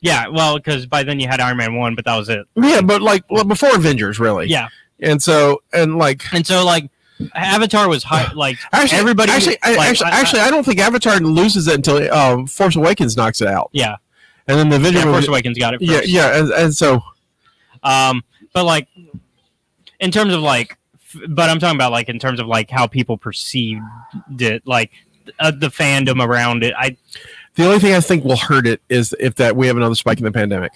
[SPEAKER 2] yeah, well because by then you had Iron Man one, but that was it.
[SPEAKER 1] Yeah, but like well, before Avengers, really.
[SPEAKER 2] Yeah,
[SPEAKER 1] and so and like
[SPEAKER 2] and so like Avatar was hype. Like
[SPEAKER 1] actually,
[SPEAKER 2] everybody
[SPEAKER 1] Actually, I,
[SPEAKER 2] like,
[SPEAKER 1] actually,
[SPEAKER 2] I- I-
[SPEAKER 1] actually, I don't think Avatar loses it until um, Force Awakens knocks it out,
[SPEAKER 2] yeah,
[SPEAKER 1] and then the Avenger
[SPEAKER 2] yeah, Force
[SPEAKER 1] movie.
[SPEAKER 2] Awakens got it.
[SPEAKER 1] yeah,
[SPEAKER 2] First.
[SPEAKER 1] yeah, and, and so
[SPEAKER 2] Um, but like in terms of like, f- but I'm talking about like in terms of like how people perceived it, like uh, the fandom around it. I
[SPEAKER 1] the only thing I think will hurt it is if that we have another spike in the pandemic,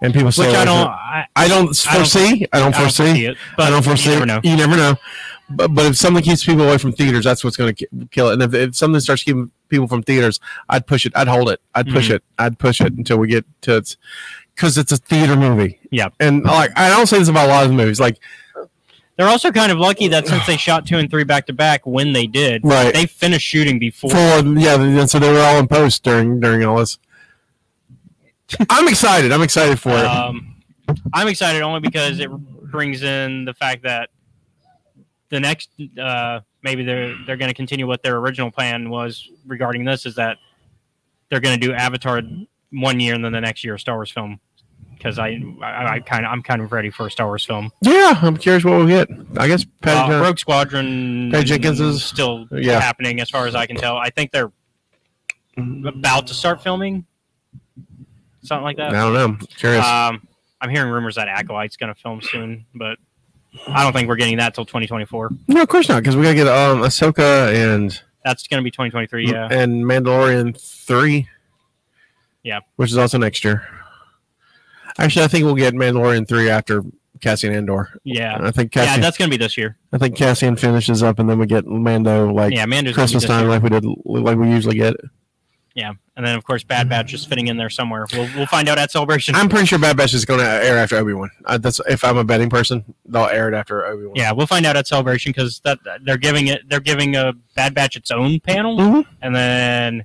[SPEAKER 1] and people say
[SPEAKER 2] which I
[SPEAKER 1] like,
[SPEAKER 2] don't. I,
[SPEAKER 1] I don't
[SPEAKER 2] I don't-
[SPEAKER 1] foresee. I don't
[SPEAKER 2] I don't
[SPEAKER 1] foresee.
[SPEAKER 2] foresee it, but
[SPEAKER 1] I don't foresee.
[SPEAKER 2] You never
[SPEAKER 1] it.
[SPEAKER 2] know.
[SPEAKER 1] You never know. But, but if something keeps people away from theaters, that's what's going to kill it. And if, if something starts keeping people from theaters, I'd push it. I'd hold it. I'd push
[SPEAKER 2] Mm-hmm.
[SPEAKER 1] it. I'd push it until we get to it's because it's a theater movie.
[SPEAKER 2] Yeah.
[SPEAKER 1] And like I don't say this about a lot of movies. Like
[SPEAKER 2] They're also kind of lucky that since they shot two and three back to back, when they did,
[SPEAKER 1] right
[SPEAKER 2] they finished shooting before.
[SPEAKER 1] for yeah. And so they were all in post during during all this. I'm excited. I'm excited for it.
[SPEAKER 2] Um, I'm excited only because it brings in the fact that the next uh, maybe they're they're going to continue what their original plan was regarding this is that they're going to do Avatar one year and then the next year a Star Wars film because I I, I kind of I'm kind of ready for a Star Wars film.
[SPEAKER 1] yeah, I'm curious what we'll get. I guess Patty
[SPEAKER 2] Uh,
[SPEAKER 1] Jenkins-
[SPEAKER 2] Rogue Squadron
[SPEAKER 1] Patty Jenkins is-
[SPEAKER 2] still
[SPEAKER 1] Yeah.
[SPEAKER 2] happening as far as I can tell. I think they're about to start filming, something like
[SPEAKER 1] I
[SPEAKER 2] that.
[SPEAKER 1] don't know. Curious.
[SPEAKER 2] Um, I'm hearing rumors that Acolyte's going to film soon, but I don't think we're getting that till 2024.
[SPEAKER 1] No, of course not, because we gotta get um Ahsoka and
[SPEAKER 2] That's going to be 2023. Yeah,
[SPEAKER 1] and Mandalorian three.
[SPEAKER 2] Yeah.
[SPEAKER 1] which is also next year. Actually, I think we'll get Mandalorian three after Cassian Andor.
[SPEAKER 2] Yeah.
[SPEAKER 1] I think
[SPEAKER 2] yeah,
[SPEAKER 1] Cassian.
[SPEAKER 2] that's gonna be this year.
[SPEAKER 1] I think Cassian finishes up, and then we get Mando like
[SPEAKER 2] yeah, Amanda's gonna be
[SPEAKER 1] Christmas
[SPEAKER 2] this
[SPEAKER 1] time,
[SPEAKER 2] year.
[SPEAKER 1] like we did, like we usually get.
[SPEAKER 2] Yeah, and then of course Bad Batch is fitting in there somewhere. We'll we'll find out at Celebration.
[SPEAKER 1] I'm pretty sure Bad Batch is going to air after Obi Wan. Uh, that's if I'm a betting person, they'll air it after Obi Wan.
[SPEAKER 2] yeah, we'll find out at Celebration because that that- they're giving it they're giving a Bad Batch its own panel,
[SPEAKER 1] Mhm.
[SPEAKER 2] and then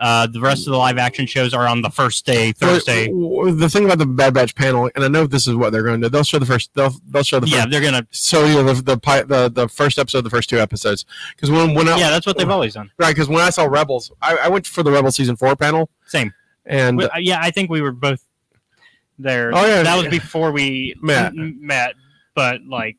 [SPEAKER 2] uh, the rest of the live action shows are on the first day, Thursday.
[SPEAKER 1] W- The thing about the Bad Batch panel, and I know this is what they're going to. do. They'll show the first. They'll they'll show the
[SPEAKER 2] yeah,
[SPEAKER 1] first.
[SPEAKER 2] they're gonna.
[SPEAKER 1] So you know, the the, pi- the the first episode, the first two episodes, because when when I,
[SPEAKER 2] Yeah, that's what they've always done.
[SPEAKER 1] right because when I saw Rebels, I, I went for the Rebel season four panel,
[SPEAKER 2] Same.
[SPEAKER 1] and
[SPEAKER 2] We- uh, yeah, I think we were both there.
[SPEAKER 1] Oh, yeah,
[SPEAKER 2] that was
[SPEAKER 1] yeah.
[SPEAKER 2] before we
[SPEAKER 1] Met.
[SPEAKER 2] m- met, but like,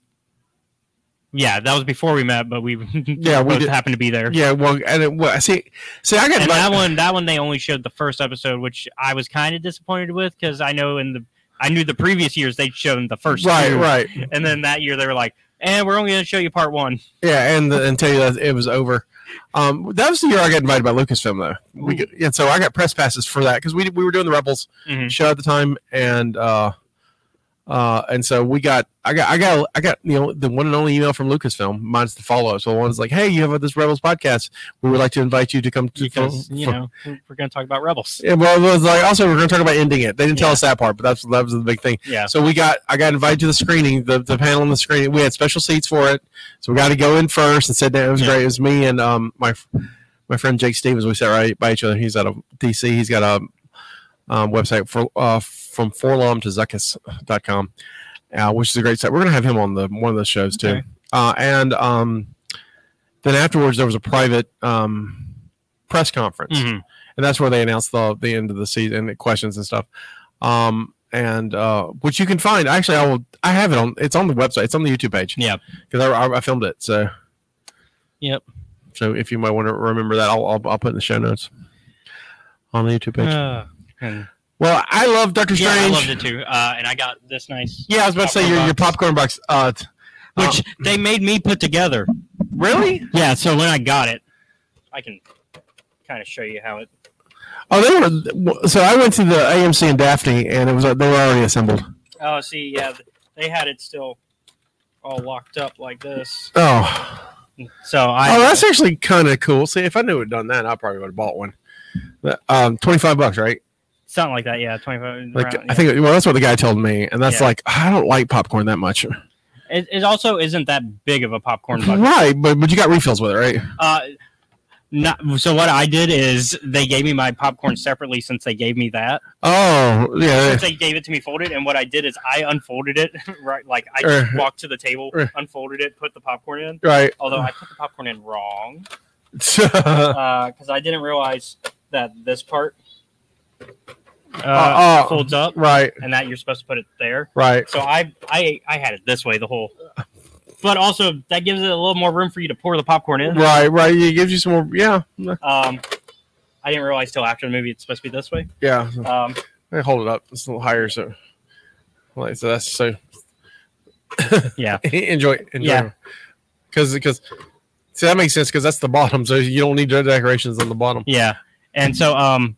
[SPEAKER 2] yeah, that was before we met, but we
[SPEAKER 1] Yeah, we
[SPEAKER 2] both
[SPEAKER 1] did-
[SPEAKER 2] happened to be there.
[SPEAKER 1] yeah, well, and it, well, see, see, I got
[SPEAKER 2] and
[SPEAKER 1] like-
[SPEAKER 2] that one that one they only showed the first episode which i was kind of disappointed with because i know in the i knew the previous years they'd shown the first
[SPEAKER 1] right,
[SPEAKER 2] two,
[SPEAKER 1] right,
[SPEAKER 2] and then that year they were like and we're only going to show you part one
[SPEAKER 1] yeah, and the, and tell you that it was over. Um, that was the year I got invited by Lucasfilm though. We got, and so I got press passes for that because we we were doing the Rebels
[SPEAKER 2] Mhm.
[SPEAKER 1] show at the time, and uh, uh, and so we got I got I got I got you know the one and only email from Lucasfilm. Mine's the follow up. So the one's like, hey, you have this Rebels podcast. We would like to invite you to come to
[SPEAKER 2] because you
[SPEAKER 1] for-
[SPEAKER 2] know we're, going to talk about rebels
[SPEAKER 1] Yeah, well, it was like also we're going to talk about ending it. They didn't tell
[SPEAKER 2] Yeah.
[SPEAKER 1] us that part, but that's that was the big thing.
[SPEAKER 2] yeah
[SPEAKER 1] So we got I got invited to the screening, the, the panel on the screen. We had special seats for it, so we got to go in first and sit down. It was
[SPEAKER 2] Yeah.
[SPEAKER 1] great. It was me and um my my friend Jake Stevens. We sat right by each other. He's out of DC. He's got a um, website for uh, from forlom to zuckus.com, uh, which is a great site. We're gonna have him on the one of the shows too.
[SPEAKER 2] Okay.
[SPEAKER 1] Uh, and um, then afterwards there was a private um, press conference
[SPEAKER 2] Mhm.
[SPEAKER 1] and that's where they announced the the end of the season the questions and stuff um and uh which you can find actually i will i have it on it's on the website it's on the youtube page
[SPEAKER 2] Yeah.
[SPEAKER 1] because I, I, I filmed it so
[SPEAKER 2] Yep.
[SPEAKER 1] so if you might want to remember that i'll i'll, I'll put it in the show notes on the youtube page
[SPEAKER 2] Uh, and-
[SPEAKER 1] well i love doctor
[SPEAKER 2] yeah,
[SPEAKER 1] strange
[SPEAKER 2] I loved it too, uh, and I got this nice,
[SPEAKER 1] Yeah, I was about to say your, your popcorn box uh t-
[SPEAKER 2] which
[SPEAKER 1] uh,
[SPEAKER 2] they made me put together.
[SPEAKER 1] really
[SPEAKER 2] Yeah, so when I got it, I can kind of show you how it.
[SPEAKER 1] oh they were so i went to the amc in daphne and it was uh, they were already assembled
[SPEAKER 2] Oh, see, yeah, they had it still all locked up like this.
[SPEAKER 1] oh
[SPEAKER 2] So I.
[SPEAKER 1] Oh, that's actually kind of cool. See, if I knew it done that, I probably would have bought one. But, Um, twenty five bucks, right?
[SPEAKER 2] something like that. Yeah, twenty five.
[SPEAKER 1] Like uh, I think. Well, that's what the guy told me, and that's
[SPEAKER 2] Yeah.
[SPEAKER 1] like I don't like popcorn that much.
[SPEAKER 2] it, it also isn't that big of a popcorn bucket.
[SPEAKER 1] Right, but but you got refills with it, right?
[SPEAKER 2] Uh, not, so what I did is they gave me my popcorn separately since they gave me that.
[SPEAKER 1] Oh yeah,
[SPEAKER 2] Since they gave it to me folded, and what I did is I unfolded it right. Like I just
[SPEAKER 1] Uh,
[SPEAKER 2] walked to the table,
[SPEAKER 1] uh.
[SPEAKER 2] unfolded it, put the popcorn in.
[SPEAKER 1] right.
[SPEAKER 2] Although I put the popcorn in wrong
[SPEAKER 1] uh,
[SPEAKER 2] because I didn't realize that this part uh,
[SPEAKER 1] uh,
[SPEAKER 2] folds up
[SPEAKER 1] right,
[SPEAKER 2] and that you're supposed to put it there.
[SPEAKER 1] right.
[SPEAKER 2] So I I I had it this way the whole. But also that gives it a little more room for you to pour the popcorn in.
[SPEAKER 1] Right, right. It gives you some more. Yeah,
[SPEAKER 2] Um, I didn't realize till after the movie it's supposed to be this way.
[SPEAKER 1] yeah.
[SPEAKER 2] Um,
[SPEAKER 1] I hold it up. It's a little higher, so like so. That's so.
[SPEAKER 2] Yeah.
[SPEAKER 1] enjoy, enjoy.
[SPEAKER 2] Yeah.
[SPEAKER 1] Because because see that makes sense because that's the bottom, so you don't need the decorations on the bottom.
[SPEAKER 2] yeah, and so um,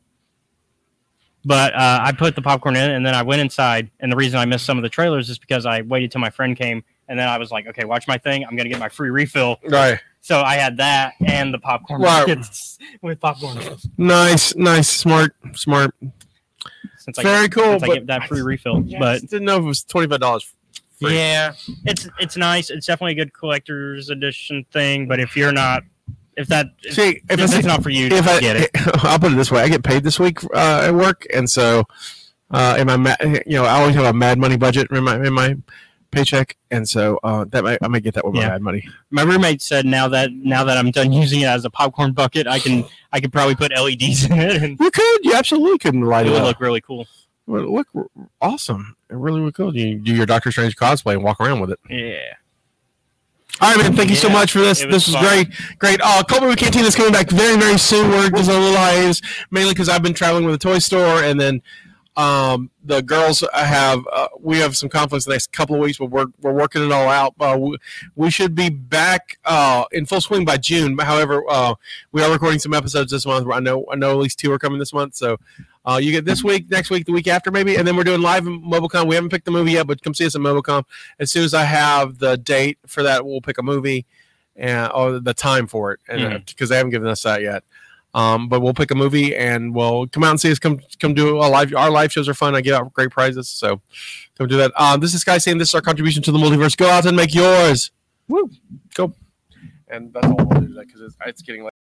[SPEAKER 2] but uh, I put the popcorn in, and then I went inside. And the reason I missed some of the trailers is because I waited till my friend came, and then I was like, okay, watch my thing. I'm gonna get my free refill.
[SPEAKER 1] Right.
[SPEAKER 2] So I had that and the popcorn
[SPEAKER 1] Right.
[SPEAKER 2] buckets with popcorn. Since
[SPEAKER 1] Nice, nice, smart, smart.
[SPEAKER 2] I
[SPEAKER 1] Very
[SPEAKER 2] get,
[SPEAKER 1] cool,
[SPEAKER 2] Since I
[SPEAKER 1] but-
[SPEAKER 2] get that free refill, but
[SPEAKER 1] Just didn't know if it was twenty five dollars. free.
[SPEAKER 2] Yeah, it's it's nice. It's definitely a good collector's edition thing. But if you're not, if that if,
[SPEAKER 1] See, if,
[SPEAKER 2] that's
[SPEAKER 1] I,
[SPEAKER 2] not for you,
[SPEAKER 1] if I
[SPEAKER 2] get it.
[SPEAKER 1] I'll put it this way: I get paid this week uh, at work, and so uh, in my ma- you know I always have a mad money budget in my in my paycheck, and so uh, that might, I might get that with my
[SPEAKER 2] Yeah.
[SPEAKER 1] mad money.
[SPEAKER 2] My roommate said now that now that I'm done using it as a popcorn bucket, I can I could probably put LEDs in it and
[SPEAKER 1] You could, you absolutely could light
[SPEAKER 2] it
[SPEAKER 1] it
[SPEAKER 2] would
[SPEAKER 1] up.
[SPEAKER 2] look really cool.
[SPEAKER 1] Would It Look, awesome. It really would cool. You do your Doctor Strange cosplay and walk around with it.
[SPEAKER 2] Yeah.
[SPEAKER 1] All right, man. Thank you so
[SPEAKER 2] Yeah,
[SPEAKER 1] much for this.
[SPEAKER 2] it
[SPEAKER 1] this
[SPEAKER 2] was
[SPEAKER 1] was
[SPEAKER 2] fun.
[SPEAKER 1] great. Great. Uh, Colby with Canteen is coming back very, very soon. We're just on a little hiatus, mainly because I've been traveling with a toy store, and then um, the girls have uh, we have some conflicts the next couple of weeks, but we're we're working it all out. Uh, we, we should be back uh, in full swing by June. However, uh, we are recording some episodes this month. I know I know at least two are coming this month, so Uh, you get this week, next week, the week after, maybe, and then we're doing live in MobileCon. We haven't picked the movie yet, but come see us at MobileCon. As soon as I have the date for that, we'll pick a movie and or the time for it, and uh, because they haven't given us that yet. Um, but we'll pick a movie and we'll come out and see us. Come come do a live. Our live shows are fun. I give out great prizes, so come do that. Um, this is Sky saying this is our contribution to the multiverse. Go out and make yours. Woo, go. And that's all we'll do today because it's, it's getting late.